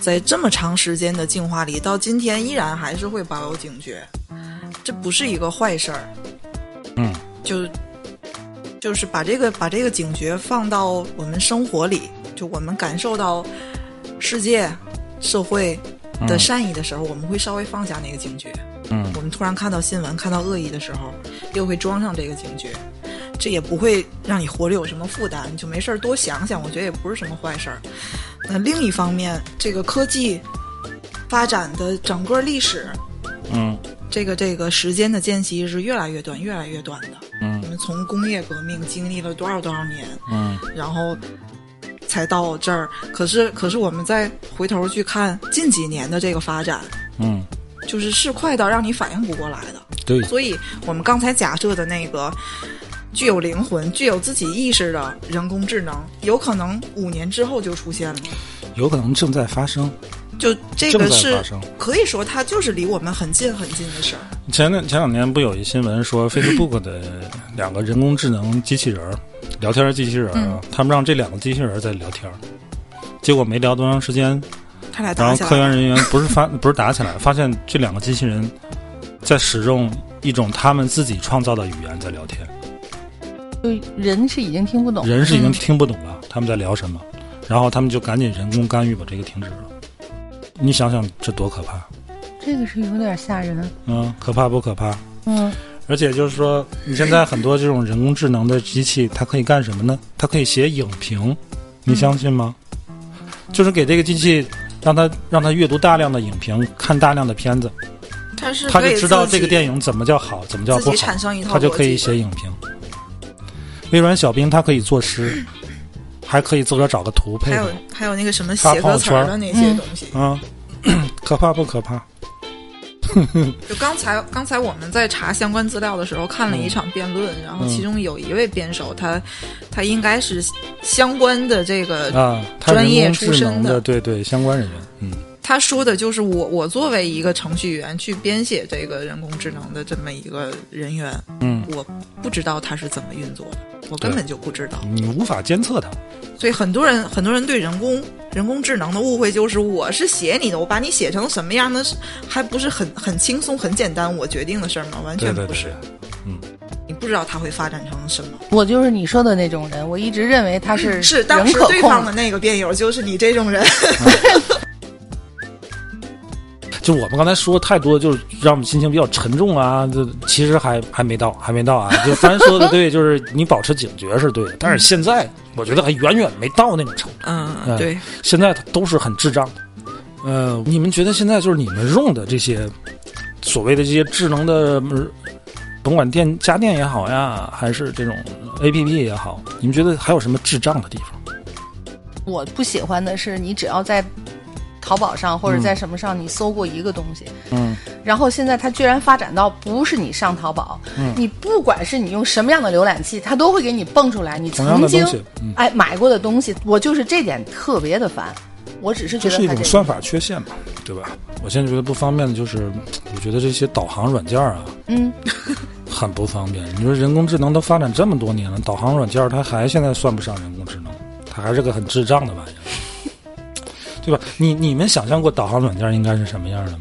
[SPEAKER 2] 在这么长时间的进化里，到今天依然还是会保有警觉，这不是一个坏事儿。
[SPEAKER 1] 嗯，
[SPEAKER 2] 就就是把这个把这个警觉放到我们生活里，就我们感受到世界社会的善意的时候，我们会稍微放下那个警觉。
[SPEAKER 1] 嗯
[SPEAKER 2] 我们突然看到新闻、看到恶意的时候，又会装上这个警觉，这也不会让你活着有什么负担，你就没事儿多想想，我觉得也不是什么坏事儿。那另一方面，这个科技发展的整个历史，
[SPEAKER 1] 嗯
[SPEAKER 2] 这个这个时间的间隙是越来越短，越来越短的。我
[SPEAKER 1] 嗯
[SPEAKER 2] 们从工业革命经历了多少多少年，
[SPEAKER 1] 嗯
[SPEAKER 2] 然后才到这儿。可是，可是我们再回头去看近几年的这个发展，
[SPEAKER 1] 嗯，
[SPEAKER 2] 就是是快到让你反应不过来的。
[SPEAKER 1] 对，
[SPEAKER 2] 所以，我们刚才假设的那个具有灵魂、具有自己意识的人工智能，有可能五年之后就出现了。
[SPEAKER 1] 有可能正在发生。
[SPEAKER 2] 就这
[SPEAKER 1] 正
[SPEAKER 2] 个
[SPEAKER 1] 在
[SPEAKER 2] 是
[SPEAKER 1] 发生
[SPEAKER 2] 可以说，它就是离我们很近很近的事儿。
[SPEAKER 1] 前两前两年不有一新闻说 Facebook 的两个人工智能机器人儿，聊天机器人儿啊，他们让这两个机器人儿在聊天儿，结果没聊多长时间，
[SPEAKER 2] 它俩
[SPEAKER 1] 然
[SPEAKER 2] 打
[SPEAKER 1] 后
[SPEAKER 2] 起来
[SPEAKER 1] 科研
[SPEAKER 2] 了，
[SPEAKER 1] 人员不是发 不是打起来，发现这两个机器人在使用一种他们自己创造的语言在聊天，
[SPEAKER 3] 就人是已经听不懂，
[SPEAKER 1] 人是已经
[SPEAKER 2] 嗯
[SPEAKER 1] 听不懂了他们在聊什么，然后他们就赶紧人工干预把这个停止了。你想想这多可怕，
[SPEAKER 3] 这个是有点吓人。
[SPEAKER 1] 嗯，可怕不可怕？
[SPEAKER 3] 嗯，
[SPEAKER 1] 而且就是说，你现在很多这种人工智能的机器，它可以干什么呢？它可以写影评，你相信吗？就是给这个机器，让它让它阅读大量的影评，看大量的片子，
[SPEAKER 2] 它是
[SPEAKER 1] 它
[SPEAKER 2] 可以
[SPEAKER 1] 就知道
[SPEAKER 2] 自
[SPEAKER 1] 这个
[SPEAKER 2] 己
[SPEAKER 1] 电影怎么叫好，怎么叫
[SPEAKER 2] 自
[SPEAKER 1] 不
[SPEAKER 2] 己
[SPEAKER 1] 好
[SPEAKER 2] 产，生一套
[SPEAKER 1] 它就可以
[SPEAKER 2] 逻辑
[SPEAKER 1] 写影评。微软小冰它可以作诗，还可以自个儿找个图配
[SPEAKER 2] 还
[SPEAKER 1] 合
[SPEAKER 2] 有，还有那个什么
[SPEAKER 1] 发
[SPEAKER 2] 写
[SPEAKER 1] 朋
[SPEAKER 2] 歌
[SPEAKER 1] 友
[SPEAKER 2] 词儿
[SPEAKER 1] 圈
[SPEAKER 2] 的
[SPEAKER 1] 儿
[SPEAKER 2] 那些东西。
[SPEAKER 1] 啊、 可怕不可怕？
[SPEAKER 2] 就刚才刚才我们在查相关资料的时候，看
[SPEAKER 1] 嗯
[SPEAKER 2] 了一场辩论，然后其中有一位辩手，他他应该是相关的这个，
[SPEAKER 1] 啊，它
[SPEAKER 2] 呃专
[SPEAKER 1] 人
[SPEAKER 2] 业
[SPEAKER 1] 工
[SPEAKER 2] 出
[SPEAKER 1] 智
[SPEAKER 2] 身
[SPEAKER 1] 能
[SPEAKER 2] 的
[SPEAKER 1] 对对相关人员，嗯
[SPEAKER 2] 他说的就是我我作为一个程序员去编写这个人工智能的这么一个人员，
[SPEAKER 1] 嗯，
[SPEAKER 2] 我不知道他是怎么运作的，我根本就不知道。
[SPEAKER 1] 你无法监测它。
[SPEAKER 2] 所以很多人很多人对人工人工智能的误会就是我是写你的，我把你写成什么样的，还不是很很轻松很简单我决定的事儿吗？完
[SPEAKER 1] 对
[SPEAKER 2] 全
[SPEAKER 1] 对
[SPEAKER 2] 不
[SPEAKER 1] 对
[SPEAKER 2] 是，，你不知道它会发展成什么。
[SPEAKER 3] 我就是你说的那种人，我一直认为他是
[SPEAKER 2] 嗯是当
[SPEAKER 3] 人
[SPEAKER 2] 时
[SPEAKER 3] 可
[SPEAKER 2] 对
[SPEAKER 3] 控
[SPEAKER 2] 方的那个辩友就是你这种人，
[SPEAKER 1] 就我们刚才说太多，就是让我们心情比较沉重啊。就其实还还没到，还没到啊。就咱说的对，就是你保持警觉是对的，但是现在我觉得还远远没到那种程度。
[SPEAKER 2] 嗯
[SPEAKER 1] 嗯
[SPEAKER 2] 对，
[SPEAKER 1] 现在都是很智障的。呃，你们觉得现在就是你们用的这些所谓的这些智能的，呃甭管电家电也好呀，还是这种 A P P 也好，你们觉得还有什么智障的地方？
[SPEAKER 3] 我不喜欢的是，你只要在淘宝上或者
[SPEAKER 1] 嗯
[SPEAKER 3] 在什么上你搜过一个东西，
[SPEAKER 1] 嗯，
[SPEAKER 3] 然后现在它居然发展到不是你上淘宝，
[SPEAKER 1] 嗯
[SPEAKER 3] 你不管是你用什么样的浏览器，它都会给你蹦出来你
[SPEAKER 1] 同样的
[SPEAKER 3] 曾经
[SPEAKER 1] 东西嗯
[SPEAKER 3] 哎买过的东西。我就是这点特别的烦，我只是觉
[SPEAKER 1] 这
[SPEAKER 3] 得
[SPEAKER 1] 是一
[SPEAKER 3] 它
[SPEAKER 1] 种
[SPEAKER 3] 个
[SPEAKER 1] 算法缺陷嘛，对吧？我现在觉得不方便的就是，我觉得这些导航软件儿啊，
[SPEAKER 3] 嗯，
[SPEAKER 1] 很不方便。你说人工智能都发展这么多年了，导航软件儿它还现在算不上人工智能，它还是个很智障的玩意儿， 对吧？你你们想象过导航软件儿应该是什么样的吗？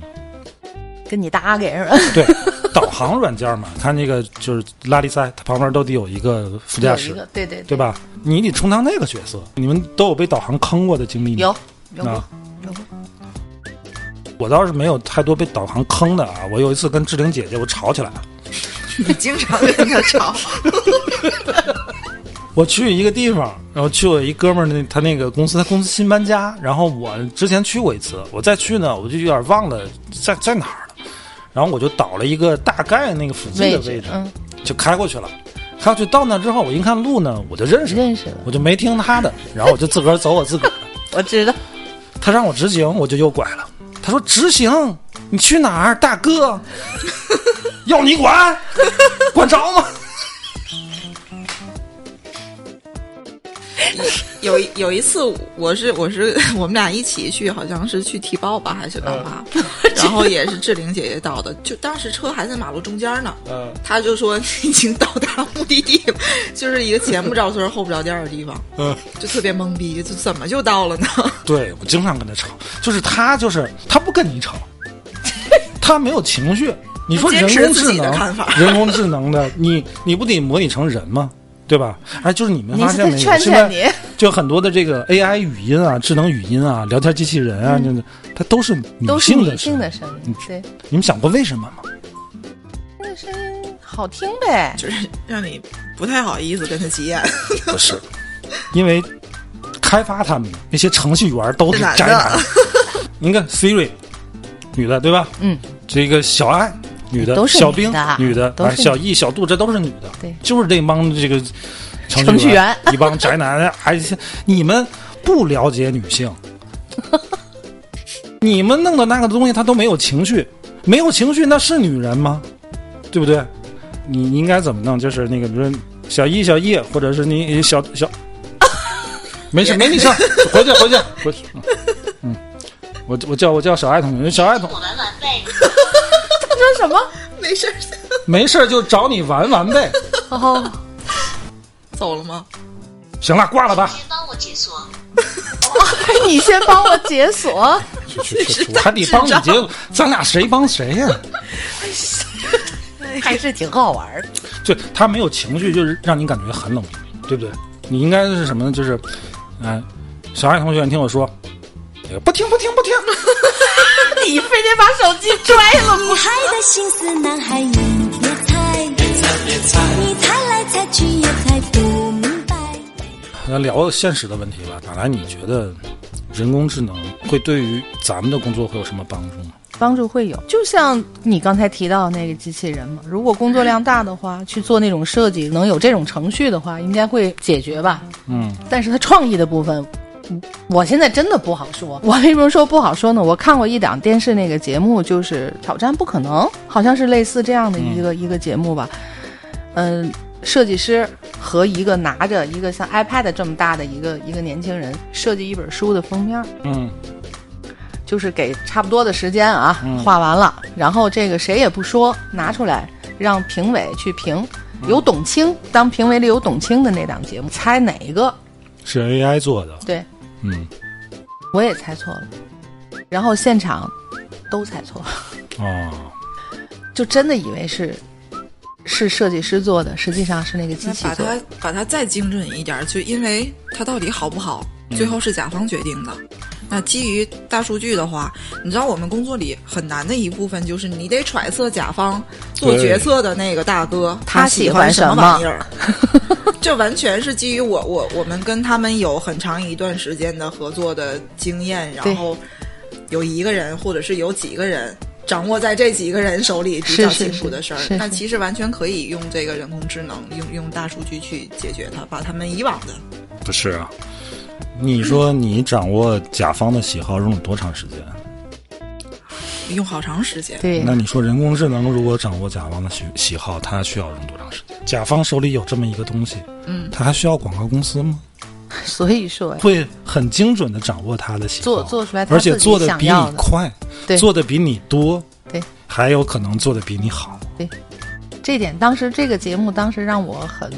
[SPEAKER 3] 跟你搭给人。
[SPEAKER 1] 对，导航软件儿嘛，看那个就是拉力赛，它旁边都得有一个副驾
[SPEAKER 3] 有一
[SPEAKER 1] 驶，
[SPEAKER 3] 个，对对对，
[SPEAKER 1] 对吧？你得充当那个角色。你们都有被导航坑过的经历吗？
[SPEAKER 3] 有有过
[SPEAKER 1] 啊
[SPEAKER 3] 有过，
[SPEAKER 1] 我倒是没有太多被导航坑的啊。我有一次跟志玲姐姐我吵起来了，
[SPEAKER 2] 你经常跟他 吵，
[SPEAKER 1] 我去一个地方，然后去我一哥们儿那他那个公司，他公司新搬家，然后我之前去过一次，我再去呢，我就有点忘了在在哪儿了，然后我就导了一个大概那个附近的位
[SPEAKER 3] 位
[SPEAKER 1] 置，
[SPEAKER 3] 嗯，
[SPEAKER 1] 就开过去了。开过去到那之后，我一看路呢，我就认识了，
[SPEAKER 3] 认识了，
[SPEAKER 1] 我就没听他的，然后我就自个儿走我自个儿的。
[SPEAKER 3] 我知道，
[SPEAKER 1] 他让我直行，我就又拐了。他说直行，你去哪儿，大 哥？要你管，管着吗？
[SPEAKER 2] 有一有一次，我是我是我们俩一起去，好像是去提包吧，还是干嘛？ 然后也是志玲姐姐到的，就当时车还在马路中间呢。
[SPEAKER 1] 嗯
[SPEAKER 2] 她就说已经到达目的地了，就是一个前不着村后不着店的地方，
[SPEAKER 1] 嗯，
[SPEAKER 2] 就特别懵逼，就怎么就到了呢？
[SPEAKER 1] 对我经常跟他吵，就是他就是他不跟你 吵，他没有情绪。你说人
[SPEAKER 2] 坚持
[SPEAKER 1] 工
[SPEAKER 2] 自
[SPEAKER 1] 智
[SPEAKER 2] 己的
[SPEAKER 1] 能
[SPEAKER 2] 看法，
[SPEAKER 1] 人工智能的你你不得模拟成人吗？对吧？哎，就是你们
[SPEAKER 3] 你
[SPEAKER 1] 发
[SPEAKER 3] 是
[SPEAKER 1] 现
[SPEAKER 3] 在
[SPEAKER 1] 没有，
[SPEAKER 3] 劝
[SPEAKER 1] 现
[SPEAKER 3] 劝
[SPEAKER 1] 在
[SPEAKER 3] 你
[SPEAKER 1] 就很多的这个 AI 语音啊、智能语音啊、聊天机器人啊，就是它都是
[SPEAKER 3] 嗯都
[SPEAKER 1] 女
[SPEAKER 3] 是
[SPEAKER 1] 性
[SPEAKER 3] 女
[SPEAKER 1] 的
[SPEAKER 3] 性
[SPEAKER 1] 声
[SPEAKER 3] 的
[SPEAKER 1] 音。嗯
[SPEAKER 3] 声音，对，
[SPEAKER 1] 你们想过为什么吗？
[SPEAKER 3] 那个声音好听呗，
[SPEAKER 2] 就是让你不太好意思跟她急眼。
[SPEAKER 1] 不是， 因为开发他们的那些程序员都是
[SPEAKER 2] 是男的
[SPEAKER 1] 宅男。你看 Siri，女的对吧？
[SPEAKER 3] 嗯，
[SPEAKER 1] 这个小爱，女的，
[SPEAKER 3] 都是
[SPEAKER 1] 小冰
[SPEAKER 3] 女的，
[SPEAKER 1] 女的，
[SPEAKER 3] 都是
[SPEAKER 1] 哎小易、小杜，这都是女的，
[SPEAKER 3] 对
[SPEAKER 1] 就是这帮这个程
[SPEAKER 3] 程序员
[SPEAKER 1] 一帮宅男，哎，你们不了解女性， 你们弄的那个东西，他都没有情绪，没有情绪，那是女人吗？对不对？你你应该怎么弄？就是那个，比如说小易、小易，或者是你小 小，没事，没你事儿，回去，回去，回去。嗯，我我叫我叫小爱同学，小爱同
[SPEAKER 4] 我玩玩呗。
[SPEAKER 3] 他说什么？
[SPEAKER 2] 没事儿，
[SPEAKER 1] 没事儿就找你玩玩呗。
[SPEAKER 3] 哦，
[SPEAKER 2] 走了吗？
[SPEAKER 1] 行了，挂了 吧。
[SPEAKER 4] 先帮我解锁。
[SPEAKER 3] 哎你先帮我解锁，
[SPEAKER 1] 去去去，我还得帮你结，咱俩谁帮谁呀、
[SPEAKER 3] 还是挺好玩的。
[SPEAKER 1] 就他没有情绪，就是让你感觉很冷冰冰，对不对？你应该是什么呢？就是，嗯、小爱同学，你听我说，哎不听不听不听，
[SPEAKER 3] 你非得把手机拽了吗？
[SPEAKER 5] 女孩的心思，男孩也猜，你猜来猜去也猜不明白。
[SPEAKER 1] 咱聊现实的问题吧。哪来你觉得人工智能会对于咱们的工作会有什么帮助吗？
[SPEAKER 3] 帮助会有，就像你刚才提到那个机器人嘛，如果工作量大的话，去做那种设计，能有这种程序的话，应该会解决吧。
[SPEAKER 1] 嗯，
[SPEAKER 3] 但是它创意的部分，嗯我现在真的不好说。我为什么说不好说呢？我看过一档电视那个节目，就是《挑战不可能》，好像是类似这样的一个、一个节目吧。嗯、设计师和一个拿着一个像 iPad 这么大的一个一个年轻人设计一本书的封面，
[SPEAKER 1] 嗯，
[SPEAKER 3] 就是给差不多的时间啊，
[SPEAKER 1] 嗯
[SPEAKER 3] 画完了，然后这个谁也不说，拿出来让评委去评。
[SPEAKER 2] 嗯
[SPEAKER 3] 有董卿，当评委里有董卿的那档节目，猜哪一个？
[SPEAKER 1] 是 AI 做的，
[SPEAKER 3] 对
[SPEAKER 1] 嗯，
[SPEAKER 3] 我也猜错了，然后现场都猜错了，
[SPEAKER 1] 哦，
[SPEAKER 3] 就真的以为是是设计师做的，实际上是那个机
[SPEAKER 2] 那
[SPEAKER 3] 器
[SPEAKER 2] 把
[SPEAKER 3] 做的
[SPEAKER 2] 它。把它再精准一点儿，就因为它到底好不好，
[SPEAKER 3] 嗯
[SPEAKER 2] 最后是甲方决定的。那基于大数据的话，你知道我们工作里很难的一部分就是你得揣测甲方做
[SPEAKER 1] 对
[SPEAKER 2] 决策的那个大哥
[SPEAKER 3] 他
[SPEAKER 2] 喜
[SPEAKER 3] 喜欢
[SPEAKER 2] 什
[SPEAKER 3] 什么
[SPEAKER 2] 玩意儿， 这完全是基于我我我们跟他们有很长一段时间的合作的经验，
[SPEAKER 3] 对
[SPEAKER 2] 然后有一个人或者是有几个人。掌握在这几个人手里比较
[SPEAKER 3] 是是
[SPEAKER 2] 清楚的事儿
[SPEAKER 3] 是是，
[SPEAKER 2] 那其实完全可以用这个人工智能，用用大数据去解决它，把他们以往的
[SPEAKER 1] 不是啊。你说你掌握甲方的喜好用了多长时间？
[SPEAKER 2] 用好长时间。
[SPEAKER 3] 对，
[SPEAKER 1] 那你说人工智能如果掌握甲方的喜喜好，它需要用多长时间？甲方手里有这么一个东西，
[SPEAKER 2] 嗯，
[SPEAKER 1] 它还需要广告公司吗？
[SPEAKER 3] 所以说
[SPEAKER 1] 会很精准的掌握他的喜好，
[SPEAKER 3] 做做出来他
[SPEAKER 1] 而且
[SPEAKER 3] 自己
[SPEAKER 1] 做得
[SPEAKER 3] 想
[SPEAKER 1] 比
[SPEAKER 3] 要
[SPEAKER 1] 你
[SPEAKER 3] 的
[SPEAKER 1] 快，
[SPEAKER 3] 对
[SPEAKER 1] 做的比你多，
[SPEAKER 3] 对，
[SPEAKER 1] 还有可能做的比你好。
[SPEAKER 3] 这点当时这个节目当时让我很。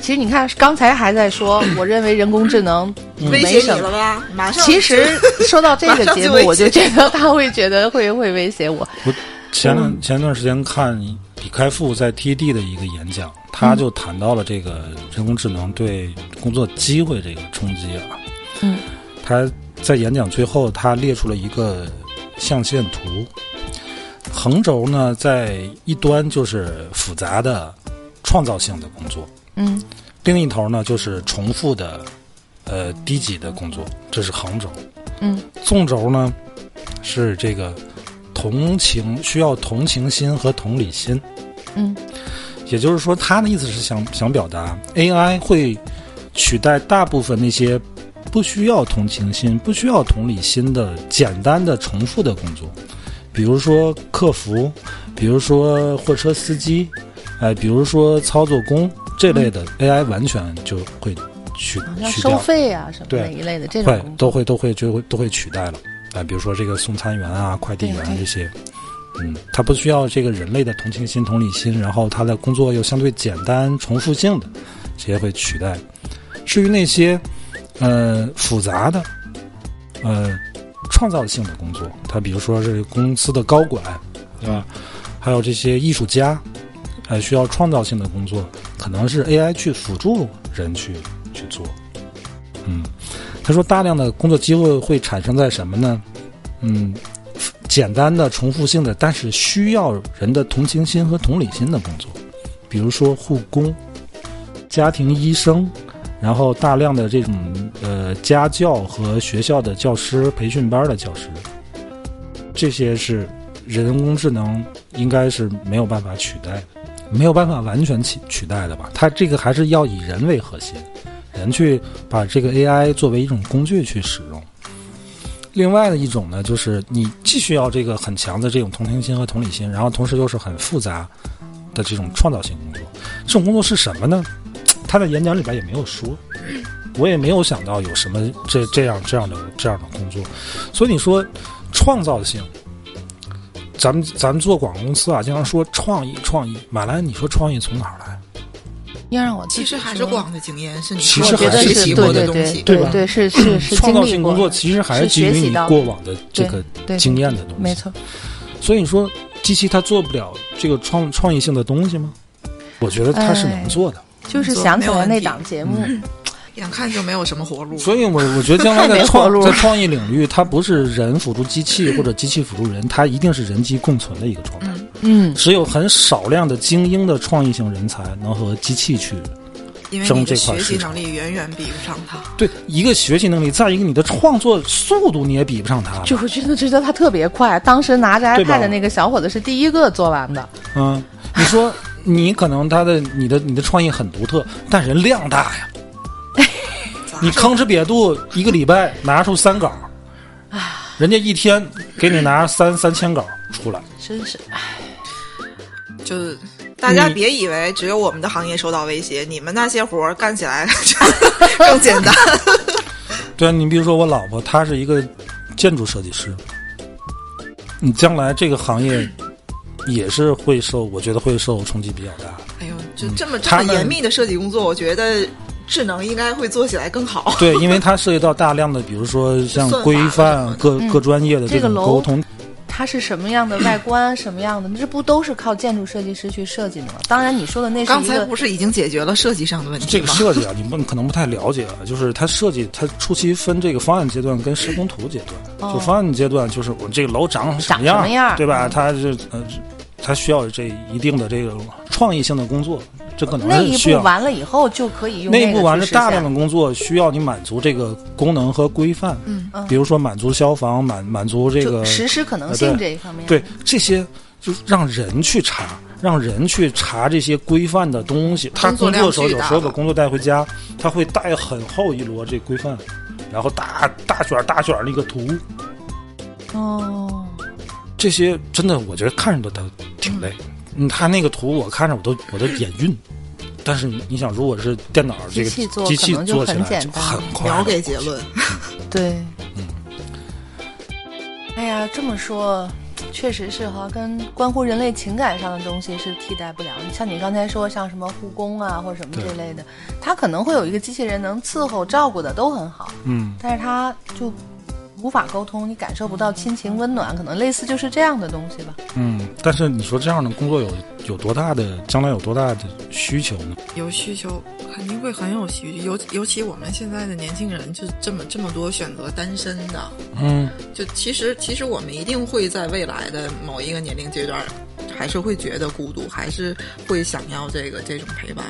[SPEAKER 3] 其实你看，刚才还在说，我认为人工智能
[SPEAKER 2] 嗯威
[SPEAKER 3] 嗯没
[SPEAKER 2] 胁
[SPEAKER 3] 什
[SPEAKER 2] 你啊了
[SPEAKER 3] 么。
[SPEAKER 2] 吧？马上
[SPEAKER 3] 其实说到这个节
[SPEAKER 2] 马上
[SPEAKER 3] 目
[SPEAKER 2] 就威，胁
[SPEAKER 3] 我就觉得他会觉得会会威 胁我。
[SPEAKER 1] 我前段、
[SPEAKER 3] 嗯
[SPEAKER 1] 前段时间看李开复在 TED 的一个演讲，他就谈到了这个人工智能对工作机会这个冲击啊。
[SPEAKER 3] 嗯，
[SPEAKER 1] 他在演讲最后，他列出了一个象限图，横轴呢在一端就是复杂的创造性的工作，
[SPEAKER 3] 嗯，
[SPEAKER 1] 另一头呢就是重复的，呃低级的工作，这是横轴。
[SPEAKER 3] 嗯，
[SPEAKER 1] 纵轴呢是这个同情，需要同情心和同理心。
[SPEAKER 3] 嗯，
[SPEAKER 1] 也就是说，他的意思是想想表达 AI 会取代大部分那些不需要同情心、不需要同理心的简单的重复的工作，比如说客服，比如说货车司机，哎，比如说操作工这类的 AI 完全就会取
[SPEAKER 3] 嗯要
[SPEAKER 1] 取
[SPEAKER 3] 收
[SPEAKER 1] 掉，
[SPEAKER 3] 费啊什么
[SPEAKER 1] 对
[SPEAKER 3] 那一类的这种
[SPEAKER 1] 会
[SPEAKER 3] 工作，
[SPEAKER 1] 都会都会就会都会取代了，哎，比如说这个送餐员啊、快递员啊
[SPEAKER 3] 对对
[SPEAKER 1] 这些。嗯，他不需要这个人类的同情心、同理心，然后他的工作又相对简单、重复性的，这些会取代。至于那些呃复杂的、呃创造性的工作，他比如说是公司的高管，对吧？还有这些艺术家，呃，需要创造性的工作，可能是 AI 去辅助人去去做。嗯，他说大量的工作机会会产生在什么呢？嗯，简单的、重复性的，但是需要人的同情心和同理心的工作，比如说护工、家庭医生，然后大量的这种呃家教和学校的教师培训班的教师，这些是人工智能应该是没有办法取代的，没有办法完全取取代的吧？它这个还是要以人为核心，人去把这个 AI 作为一种工具去使用。另外的一种呢，就是你既需要这个很强的这种同情心和同理心，然后同时又是很复杂的这种创造性工作。这种工作是什么呢？他在演讲里边也没有说，我也没有想到有什么这这样这样的这样的工作。所以你说创造性，咱们咱们做广告公司啊，经常说创意创意。马兰，你说创意从哪儿来？
[SPEAKER 3] 要让我自
[SPEAKER 2] 其
[SPEAKER 3] 己
[SPEAKER 2] 实还是
[SPEAKER 3] 说
[SPEAKER 2] 广的经验，是你
[SPEAKER 1] 其
[SPEAKER 3] 我
[SPEAKER 1] 实
[SPEAKER 3] 觉
[SPEAKER 1] 还
[SPEAKER 3] 得
[SPEAKER 1] 是
[SPEAKER 2] 学
[SPEAKER 3] 是
[SPEAKER 2] 习
[SPEAKER 3] 对
[SPEAKER 2] 过的
[SPEAKER 3] 对
[SPEAKER 2] 东
[SPEAKER 3] 对
[SPEAKER 2] 西。
[SPEAKER 1] 对吧嗯
[SPEAKER 3] 对是是是
[SPEAKER 1] 创
[SPEAKER 3] 经
[SPEAKER 1] 造
[SPEAKER 3] 历
[SPEAKER 1] 性
[SPEAKER 3] 过
[SPEAKER 1] 工作
[SPEAKER 3] 的，
[SPEAKER 1] 其实还
[SPEAKER 3] 是
[SPEAKER 1] 基于
[SPEAKER 3] 学习
[SPEAKER 1] 你
[SPEAKER 3] 到
[SPEAKER 1] 过往的这
[SPEAKER 3] 对
[SPEAKER 1] 个
[SPEAKER 3] 对
[SPEAKER 1] 经验的东西。
[SPEAKER 3] 没错。
[SPEAKER 1] 所以你说机器它做不了这个创创意性的东西吗？我觉得它
[SPEAKER 3] 哎
[SPEAKER 1] 是能做的。
[SPEAKER 3] 就是
[SPEAKER 2] 做
[SPEAKER 3] 想
[SPEAKER 2] 没
[SPEAKER 3] 起
[SPEAKER 2] 有
[SPEAKER 3] 来
[SPEAKER 2] 问
[SPEAKER 3] 那
[SPEAKER 2] 题嗯
[SPEAKER 3] 档节目，
[SPEAKER 2] 眼看就没有什么活路。
[SPEAKER 1] 所以我我觉得将来
[SPEAKER 3] 太
[SPEAKER 1] 在
[SPEAKER 3] 没活
[SPEAKER 1] 创
[SPEAKER 3] 路
[SPEAKER 1] 在
[SPEAKER 3] 了
[SPEAKER 1] 创意领域，它不是人辅助机器或者机器辅助人，它一定是人机共存的一个状态。
[SPEAKER 3] 嗯，
[SPEAKER 1] 只有很少量的精英的创意性人才能和机器去。
[SPEAKER 2] 因为
[SPEAKER 1] 争
[SPEAKER 2] 你
[SPEAKER 1] 这
[SPEAKER 2] 的
[SPEAKER 1] 块
[SPEAKER 2] 学
[SPEAKER 1] 市
[SPEAKER 2] 习
[SPEAKER 1] 场
[SPEAKER 2] 能力远远比不上他。
[SPEAKER 1] 对，一个学习能力，再一个你的创作速度你也比不上它。
[SPEAKER 3] 就我真的觉得他特别快。当时拿着
[SPEAKER 1] 对吧
[SPEAKER 3] iPad 的那个小伙子是第一个做完的，
[SPEAKER 1] 嗯，你说你可能他的你的你的创意很独特，但人量大呀。你吭哧瘪肚一个礼拜拿出三稿，人家一天给你拿三三千稿出来，
[SPEAKER 3] 真是
[SPEAKER 2] 就是大家
[SPEAKER 1] 你
[SPEAKER 2] 别以为只有我们的行业受到威胁，你们那些活儿干起来 更简单。
[SPEAKER 1] 对啊，你比如说我老婆，她是一个建筑设计师，你将来这个行业也是会受，我觉得会受冲击比较大。
[SPEAKER 2] 哎呦，就这么这
[SPEAKER 1] 他
[SPEAKER 2] 么
[SPEAKER 1] 们
[SPEAKER 2] 严密的设计工作，我觉得智能应该会做起来更好。
[SPEAKER 1] 对，因为它涉及到大量的，比如说像
[SPEAKER 2] 算法
[SPEAKER 1] 规范各
[SPEAKER 3] 嗯
[SPEAKER 1] 各专业的
[SPEAKER 3] 这个
[SPEAKER 1] 种
[SPEAKER 3] 楼
[SPEAKER 1] 沟通，
[SPEAKER 3] 它是什么样的外观，什么样的，这不都是靠建筑设计师去设计的吗？当然，你说的那是
[SPEAKER 2] 刚
[SPEAKER 3] 一
[SPEAKER 2] 才
[SPEAKER 3] 个
[SPEAKER 2] 不是已经解决了设计上的问
[SPEAKER 1] 这
[SPEAKER 2] 题
[SPEAKER 1] 个
[SPEAKER 2] 吗？
[SPEAKER 1] 设计啊，你们可能不太了解啊，就是它设计，它初期分这个方案阶段跟施工图阶段。
[SPEAKER 3] 哦
[SPEAKER 1] 就方案阶段，就是我这个楼长什么
[SPEAKER 3] 长什么样
[SPEAKER 1] 对吧？
[SPEAKER 3] 嗯
[SPEAKER 1] 它是呃，它需要这一定的这个创意性的工作，这可能
[SPEAKER 3] 那
[SPEAKER 1] 是
[SPEAKER 3] 一
[SPEAKER 1] 需
[SPEAKER 3] 步
[SPEAKER 1] 要。
[SPEAKER 3] 完了以后就可以用
[SPEAKER 1] 内
[SPEAKER 3] 那
[SPEAKER 1] 部
[SPEAKER 3] 个
[SPEAKER 1] 完
[SPEAKER 3] 去
[SPEAKER 1] 了
[SPEAKER 3] 实
[SPEAKER 1] 大
[SPEAKER 3] 现
[SPEAKER 1] 量的工作需要你满足这个功能和规范，嗯，比如说满足消防，满满足这
[SPEAKER 3] 就
[SPEAKER 1] 个
[SPEAKER 3] 实施可能
[SPEAKER 1] 呃
[SPEAKER 3] 性
[SPEAKER 1] 对
[SPEAKER 3] 这一方面，
[SPEAKER 1] 对这些，就是让人去查，让人去查这些规范的东西。他工作的时候
[SPEAKER 2] 工作量巨
[SPEAKER 1] 有
[SPEAKER 2] 大
[SPEAKER 1] 时候把工作带回家，他会带很厚一摞这规范，然后大大卷儿大卷儿那个图，
[SPEAKER 3] 哦，
[SPEAKER 1] 这些真的我觉得看着都挺累。嗯，他那个图我看着我都我都眼晕。但是你想，如果是电脑这个
[SPEAKER 3] 机器做
[SPEAKER 1] 机器
[SPEAKER 3] 可能就
[SPEAKER 1] 做起
[SPEAKER 3] 很
[SPEAKER 1] 来
[SPEAKER 3] 简
[SPEAKER 1] 就
[SPEAKER 3] 单
[SPEAKER 1] 很快
[SPEAKER 2] 秒
[SPEAKER 1] 了，
[SPEAKER 2] 给结论，
[SPEAKER 3] 对，
[SPEAKER 1] 嗯
[SPEAKER 3] 哎呀，这么说，确实是哈，跟关乎人类情感上的东西是替代不了。你像你刚才说，像什么护工啊，或者什么这类的，它可能会有一个机器人能伺候、照顾的都很好，
[SPEAKER 1] 嗯。
[SPEAKER 3] 但是它就无法沟通，你感受不到亲情温暖，可能类似就是这样的东西吧。
[SPEAKER 1] 嗯，但是你说这样的工作有有多大的将来有多大的需求呢？
[SPEAKER 6] 有需求，肯定会很有需求。尤尤其我们现在的年轻人，就这么这么多选择单身的，
[SPEAKER 1] 嗯，
[SPEAKER 6] 就其实其实我们一定会在未来的某一个年龄阶段，还是会觉得孤独，还是会想要这个这种陪伴，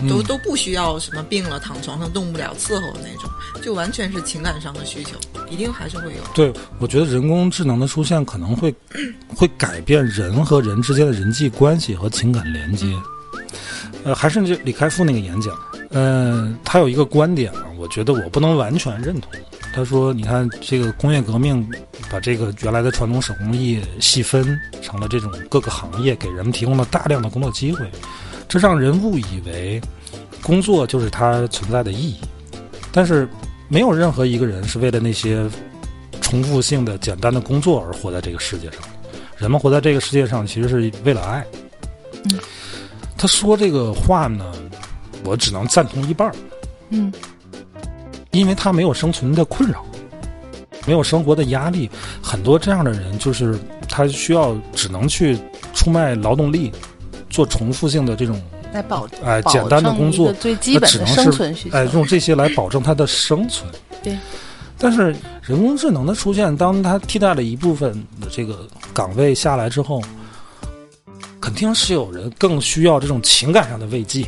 [SPEAKER 1] 嗯
[SPEAKER 6] 都、都不需要什么病了躺床上动不了伺候的那种，就完全是情感上的需求，一定还是会有。
[SPEAKER 1] 对，我觉得人工智能的出现可能会会改变人和人之间的人际关系和情感连接。呃，还是那李开复那个演讲，嗯，他有一个观点啊，我觉得我不能完全认同。他说：“你看，这个工业革命把这个原来的传统手工艺细分成了这种各个行业，给人们提供了大量的工作机会，这让人误以为工作就是它存在的意义。但是，没有任何一个人是为了那些重复性的简单的工作而活在这个世界上。人们活在这个世界上，其实是为了爱。”他说这个话呢，我只能赞同一半儿。
[SPEAKER 3] 嗯，
[SPEAKER 1] 因为他没有生存的困扰，没有生活的压力，很多这样的人就是他需要只能去出卖劳动力，做重复性的这种
[SPEAKER 3] 来保
[SPEAKER 1] 哎
[SPEAKER 3] 保
[SPEAKER 1] 简单的
[SPEAKER 3] 证
[SPEAKER 1] 工
[SPEAKER 3] 一
[SPEAKER 1] 作
[SPEAKER 3] 个最基本
[SPEAKER 1] 呃只
[SPEAKER 3] 的
[SPEAKER 1] 能
[SPEAKER 3] 生
[SPEAKER 1] 是
[SPEAKER 3] 存需求。
[SPEAKER 1] 哎用这些来保证他的生存。
[SPEAKER 3] 对。
[SPEAKER 1] 但是人工智能的出现，当它替代了一部分的这个岗位下来之后，肯定是有人更需要这种情感上的慰藉，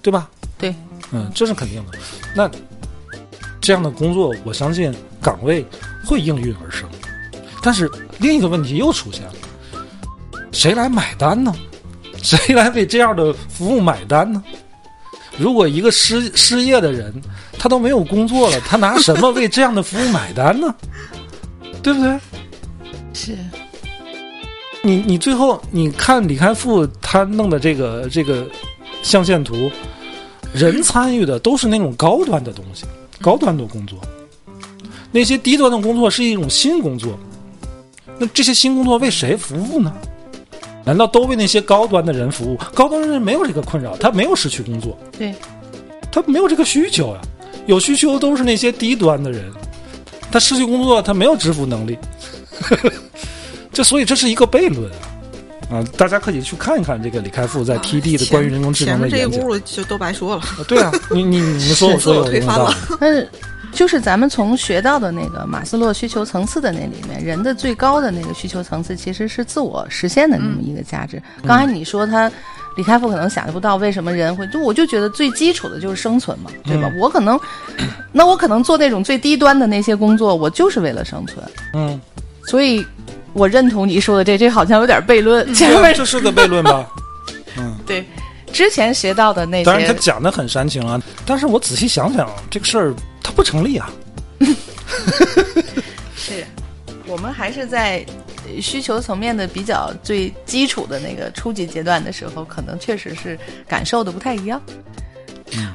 [SPEAKER 1] 对吧？
[SPEAKER 3] 对，
[SPEAKER 1] 嗯，这是肯定的。那这样的工作，我相信岗位会应运而生。但是另一个问题又出现了，谁来买单呢？谁来为这样的服务买单呢？如果一个失失业的人，他都没有工作了，他拿什么为这样的服务买单呢？对不对？
[SPEAKER 3] 是
[SPEAKER 1] 你你最后你看李开复他弄的这个这个象限图，人参与的都是那种高端的东西，高端的工作，那些低端的工作是一种新工作，那这些新工作为谁服务呢？难道都为那些高端的人服务？高端的人没有这个困扰，他没有失去工作，
[SPEAKER 3] 对，
[SPEAKER 1] 他没有这个需求呀、有需求都是那些低端的人，他失去工作，他没有支付能力， 这所以这是一个悖论啊！啊，大家可以去看一看这个李开复
[SPEAKER 2] 啊
[SPEAKER 1] 在 TD 的关于人工智能的
[SPEAKER 7] 前
[SPEAKER 1] 演
[SPEAKER 7] 面这一
[SPEAKER 1] 讲。
[SPEAKER 7] 轱辘就都白说了。
[SPEAKER 1] 啊对啊，你你你们说我说有没有道理？
[SPEAKER 3] 但是就是咱们从学到的那个马斯洛需求层次的那里面，人的最高的那个需求层次其实是自我实现的那么一个价值。刚
[SPEAKER 1] 嗯
[SPEAKER 3] 才你说他。李开复可能想象不到为什么人会就我就觉得最基础的就是生存嘛，对
[SPEAKER 1] 嗯
[SPEAKER 3] 吧？我可能，那我可能做那种最低端的那些工作，我就是为了生存，
[SPEAKER 1] 嗯，
[SPEAKER 3] 所以我认同你说的这，这好像有点悖论。前
[SPEAKER 1] 对啊
[SPEAKER 3] 面
[SPEAKER 1] 这是个悖论吧？
[SPEAKER 3] 对之前学到的那
[SPEAKER 1] 当然他
[SPEAKER 3] 些，
[SPEAKER 1] 讲的很煽情啊，但是我仔细想想，这个事儿它不成立啊。
[SPEAKER 3] 是我们还是在呃需求层面的比较最基础的那个初级阶段的时候，可能确实是感受的不太一样。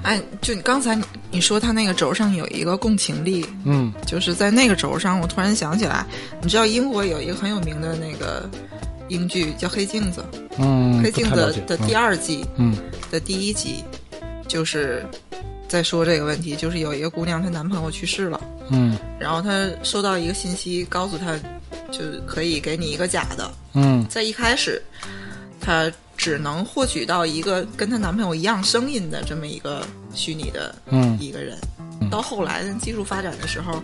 [SPEAKER 2] 哎，就你刚才你你说他那个轴上有一个共情力，
[SPEAKER 1] 嗯
[SPEAKER 2] 就是在那个轴上，我突然想起来，你知道英国有一个很有名的那个英剧叫《黑镜子》，
[SPEAKER 1] 嗯，
[SPEAKER 2] 黑
[SPEAKER 1] 不
[SPEAKER 2] 镜
[SPEAKER 1] 太了
[SPEAKER 2] 的
[SPEAKER 1] 解
[SPEAKER 2] 的第二季
[SPEAKER 1] 嗯
[SPEAKER 2] 的第一集，就是在说这个问题，就是有一个姑娘，她男朋友去世了，
[SPEAKER 1] 嗯
[SPEAKER 2] 然后她收到一个信息，告诉她就是可以给你一个假的，
[SPEAKER 1] 嗯
[SPEAKER 2] 在一开始，她只能获取到一个跟她男朋友一样声音的这么一个虚拟的
[SPEAKER 1] 嗯
[SPEAKER 2] 一个人。到后来技术发展的时候，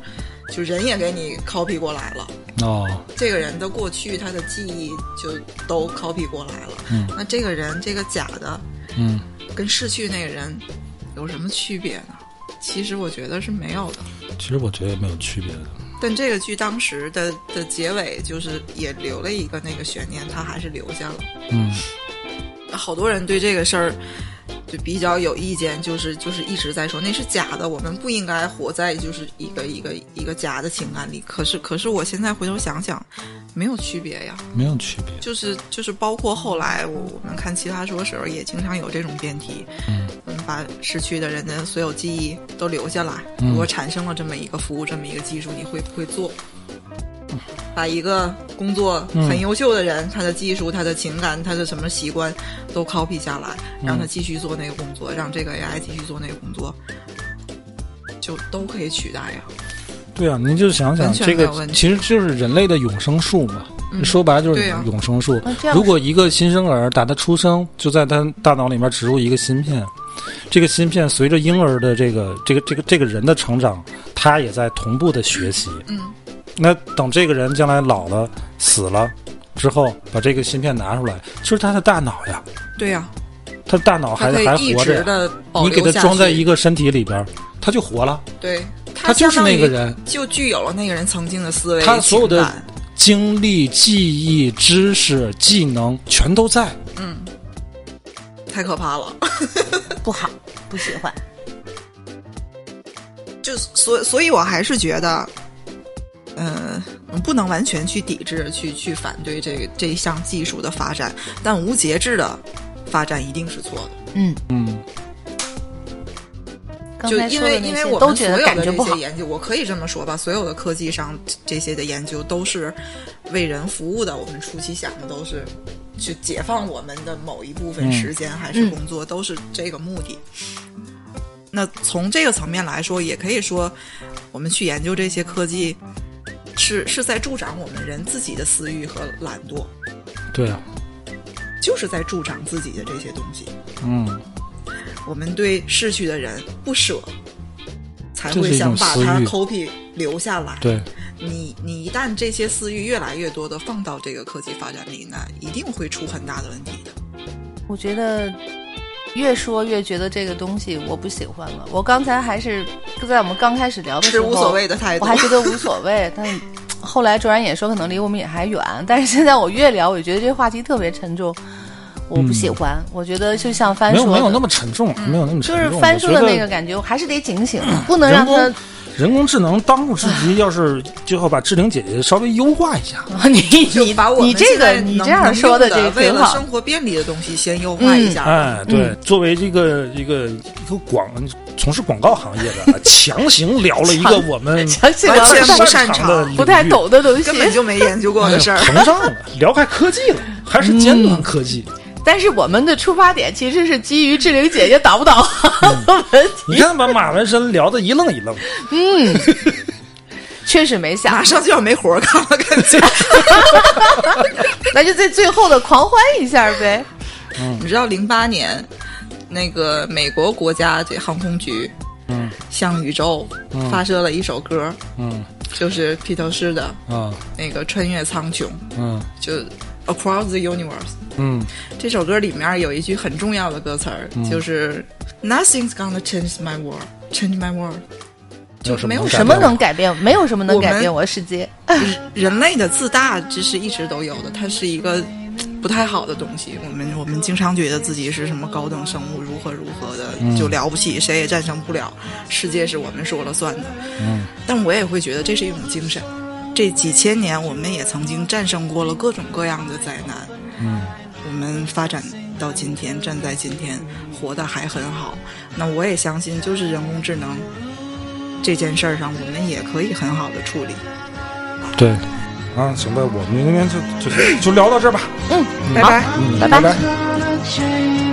[SPEAKER 2] 就人也给你 copy 过来了，
[SPEAKER 1] 嗯哦
[SPEAKER 2] 这个人的过去他的记忆就都 copy 过来了。
[SPEAKER 1] 嗯
[SPEAKER 2] 那这个人这个假的
[SPEAKER 1] 嗯，
[SPEAKER 2] 跟逝去那个人有什么区别呢？其实我觉得是没有的。
[SPEAKER 1] 其实我觉得也没有区别的。
[SPEAKER 2] 但这个剧当时的的结尾就是也留了一个那个悬念，他还是留下了。
[SPEAKER 1] 嗯
[SPEAKER 2] 好多人对这个事儿就比较有意见，就是就是一直在说那是假的，我们不应该活在就是一个一个一个假的情感里。可是可是我现在回头想想，没有区别呀，
[SPEAKER 1] 没有区别。
[SPEAKER 2] 就是就是包括后来我我们看奇葩说时候也经常有这种辩题，
[SPEAKER 1] 嗯
[SPEAKER 2] 嗯，把逝去的人的所有记忆都留下来，
[SPEAKER 1] 嗯
[SPEAKER 2] 如果产生了这么一个服务这么一个技术，你会不会做？把一个工作
[SPEAKER 1] 嗯
[SPEAKER 2] 很优秀的人，他的技术、他的情感、他的什么习惯都 copy 下来，让
[SPEAKER 1] 嗯
[SPEAKER 2] 他继续做那个工作，让这个 AI 继续做那个工作，就都可以取代呀。
[SPEAKER 1] 对啊，您就想想
[SPEAKER 2] 完全
[SPEAKER 1] 这
[SPEAKER 2] 没
[SPEAKER 1] 个
[SPEAKER 2] 有问，题
[SPEAKER 1] 其实就是人类的永生术嘛。说白了就是
[SPEAKER 2] 对啊
[SPEAKER 1] 永生术。
[SPEAKER 3] 那这样
[SPEAKER 1] 如果一个新生儿打他出生，就在他大脑里面植入一个芯片，这个芯片随着婴儿的这个这个这个这个人的成长，他也在同步的学习。
[SPEAKER 2] 嗯，
[SPEAKER 1] 那等这个人将来老了死了之后，把这个芯片拿出来，就是他的大脑呀，
[SPEAKER 2] 对呀、
[SPEAKER 1] 他的大脑哦还
[SPEAKER 2] 他可
[SPEAKER 1] 还
[SPEAKER 2] 以一
[SPEAKER 1] 活着
[SPEAKER 2] 直
[SPEAKER 1] 呀。
[SPEAKER 2] 的保
[SPEAKER 1] 你给
[SPEAKER 2] 留
[SPEAKER 1] 他
[SPEAKER 2] 下去。
[SPEAKER 1] 装在一个身体里边儿，他就活了。
[SPEAKER 2] 对，
[SPEAKER 1] 他就是
[SPEAKER 2] 相当于
[SPEAKER 1] 那个人，
[SPEAKER 2] 就具有了那个人曾经的思维，
[SPEAKER 1] 他所有的
[SPEAKER 2] 情感
[SPEAKER 1] 经历、记忆、知识、技能全都在。
[SPEAKER 2] 太可怕了。
[SPEAKER 3] 不好，不喜欢。
[SPEAKER 2] 就所所以，我还是觉得，嗯、不能完全去抵制、去去反对这个这一项技术的发展，但无节制的发展一定是错的。
[SPEAKER 3] 嗯，
[SPEAKER 1] 嗯，
[SPEAKER 3] 刚
[SPEAKER 2] 就
[SPEAKER 3] 才
[SPEAKER 2] 因
[SPEAKER 3] 说的
[SPEAKER 2] 为
[SPEAKER 3] 那
[SPEAKER 2] 因为
[SPEAKER 3] 些
[SPEAKER 2] 我
[SPEAKER 3] 都
[SPEAKER 2] 们
[SPEAKER 3] 觉
[SPEAKER 2] 所
[SPEAKER 3] 得
[SPEAKER 2] 有
[SPEAKER 3] 感
[SPEAKER 2] 的
[SPEAKER 3] 觉不
[SPEAKER 2] 这
[SPEAKER 3] 好
[SPEAKER 2] 些。研究，我可以这么说吧，所有的科技上这些的研究都是为人服务的。我们初期想的都是去解放我们的某一部
[SPEAKER 3] 嗯
[SPEAKER 2] 分时间还是工作，都是这个目的。那从这个层面来说，也可以说，我们去研究这些科技，是是在助长我们人自己的私欲和懒惰，
[SPEAKER 1] 对啊，
[SPEAKER 2] 就是在助长自己的这些东西。
[SPEAKER 1] 嗯，
[SPEAKER 2] 我们对逝去的人不舍，才
[SPEAKER 1] 这
[SPEAKER 2] 会
[SPEAKER 1] 是一种
[SPEAKER 2] 想把
[SPEAKER 1] 私
[SPEAKER 2] 他
[SPEAKER 1] 欲
[SPEAKER 2] copy 留下来。
[SPEAKER 1] 对，
[SPEAKER 2] 你你一旦这些私欲越来越多的放到这个科技发展里，那一定会出很大的问题的。
[SPEAKER 3] 我觉得越说越觉得这个东西我不喜欢了。我刚才还是在我们刚开始聊的时
[SPEAKER 2] 持
[SPEAKER 3] 候，
[SPEAKER 2] 无所谓的态度
[SPEAKER 3] 我还觉得无所 谓。但后来卓然也说，可能离我们也还远。但是现在我越聊，我觉得这话题特别沉重，我不喜欢。
[SPEAKER 2] 嗯
[SPEAKER 3] 我觉得就像翻
[SPEAKER 1] 没
[SPEAKER 3] 说
[SPEAKER 1] 有
[SPEAKER 3] 的，嗯
[SPEAKER 1] 没有那么沉重，没有那么
[SPEAKER 3] 就
[SPEAKER 1] 沉
[SPEAKER 3] 是
[SPEAKER 1] 重。
[SPEAKER 3] 翻书
[SPEAKER 1] 我
[SPEAKER 3] 的
[SPEAKER 1] 觉得
[SPEAKER 3] 那个感觉，我还是得警醒，不能
[SPEAKER 1] 人
[SPEAKER 3] 让他
[SPEAKER 1] 工。人工智能当务之急，要是就要把志玲姐姐稍微优化一下。
[SPEAKER 3] 你
[SPEAKER 2] 你把我们
[SPEAKER 3] 你这
[SPEAKER 2] 现
[SPEAKER 3] 个
[SPEAKER 2] 在
[SPEAKER 3] 你
[SPEAKER 2] 能
[SPEAKER 3] 这样
[SPEAKER 2] 能
[SPEAKER 3] 说
[SPEAKER 2] 用的
[SPEAKER 3] 这个
[SPEAKER 2] 为
[SPEAKER 3] 挺
[SPEAKER 2] 了
[SPEAKER 3] 好
[SPEAKER 2] 生。活便利的东西先优化一
[SPEAKER 3] 啊
[SPEAKER 2] 下。
[SPEAKER 1] 哎，对，
[SPEAKER 3] 嗯
[SPEAKER 1] 作为这个一个一个广从事广告行业 的，强行聊了一个我们
[SPEAKER 3] 想起
[SPEAKER 2] 完
[SPEAKER 3] 了
[SPEAKER 2] 全不擅
[SPEAKER 1] 擅长的
[SPEAKER 2] 长
[SPEAKER 1] 领
[SPEAKER 3] 不太
[SPEAKER 1] 域哎
[SPEAKER 3] 懂的东西，
[SPEAKER 2] 根本就没研究过的事儿，
[SPEAKER 1] 膨胀了，聊开科技了，还是尖端科技。
[SPEAKER 3] 但是我们的出发点其实是基于志玲姐姐导不 导航的问题，
[SPEAKER 1] 你看把马文身聊得一愣一愣，
[SPEAKER 3] 确实没
[SPEAKER 2] 马
[SPEAKER 3] 想。
[SPEAKER 2] 上就要没活儿干了，感觉。
[SPEAKER 3] 那就在最后的狂欢一下呗。
[SPEAKER 2] 你知道零八年那个美国国家这航空局，
[SPEAKER 1] 嗯，
[SPEAKER 2] 向宇宙发射了一首歌，
[SPEAKER 1] 嗯
[SPEAKER 2] 就是披头士的
[SPEAKER 3] 嗯
[SPEAKER 1] 啊
[SPEAKER 2] 那个《穿越苍穹》，
[SPEAKER 1] 嗯
[SPEAKER 2] 就 Across the Universe。
[SPEAKER 1] 嗯
[SPEAKER 2] 这首歌里面有一句很重要的歌词儿，就是 Nothing's gonna change my world, change my world。
[SPEAKER 1] 有
[SPEAKER 2] 没有
[SPEAKER 1] 能改
[SPEAKER 2] 什
[SPEAKER 3] 什么
[SPEAKER 1] 变
[SPEAKER 3] 能
[SPEAKER 1] 吗
[SPEAKER 3] 改变？没有什么能
[SPEAKER 2] 我们
[SPEAKER 3] 改变我的世界。
[SPEAKER 2] 人类的自大这是一直都有的，它是一个不太好的东西。我们我们经常觉得自己是什么高等生物，如何如何的、
[SPEAKER 1] 嗯
[SPEAKER 2] 就了不起，谁也战胜不了，世界是我们说了算的。
[SPEAKER 1] 嗯，
[SPEAKER 2] 但我也会觉得这是一种精神。这几千年，我们也曾经战胜过了各种各样的灾难。
[SPEAKER 1] 嗯，
[SPEAKER 2] 我们发展到今天，站在今天，活得还很好。那我也相信，就是人工智能这件事儿上，我们也可以很好的处理。
[SPEAKER 1] 对啊，行吧，我们今天就就就聊到这儿吧，
[SPEAKER 3] 嗯，
[SPEAKER 2] 拜拜。
[SPEAKER 1] 嗯，
[SPEAKER 3] 拜
[SPEAKER 1] 拜
[SPEAKER 3] 拜
[SPEAKER 1] 拜。
[SPEAKER 5] Change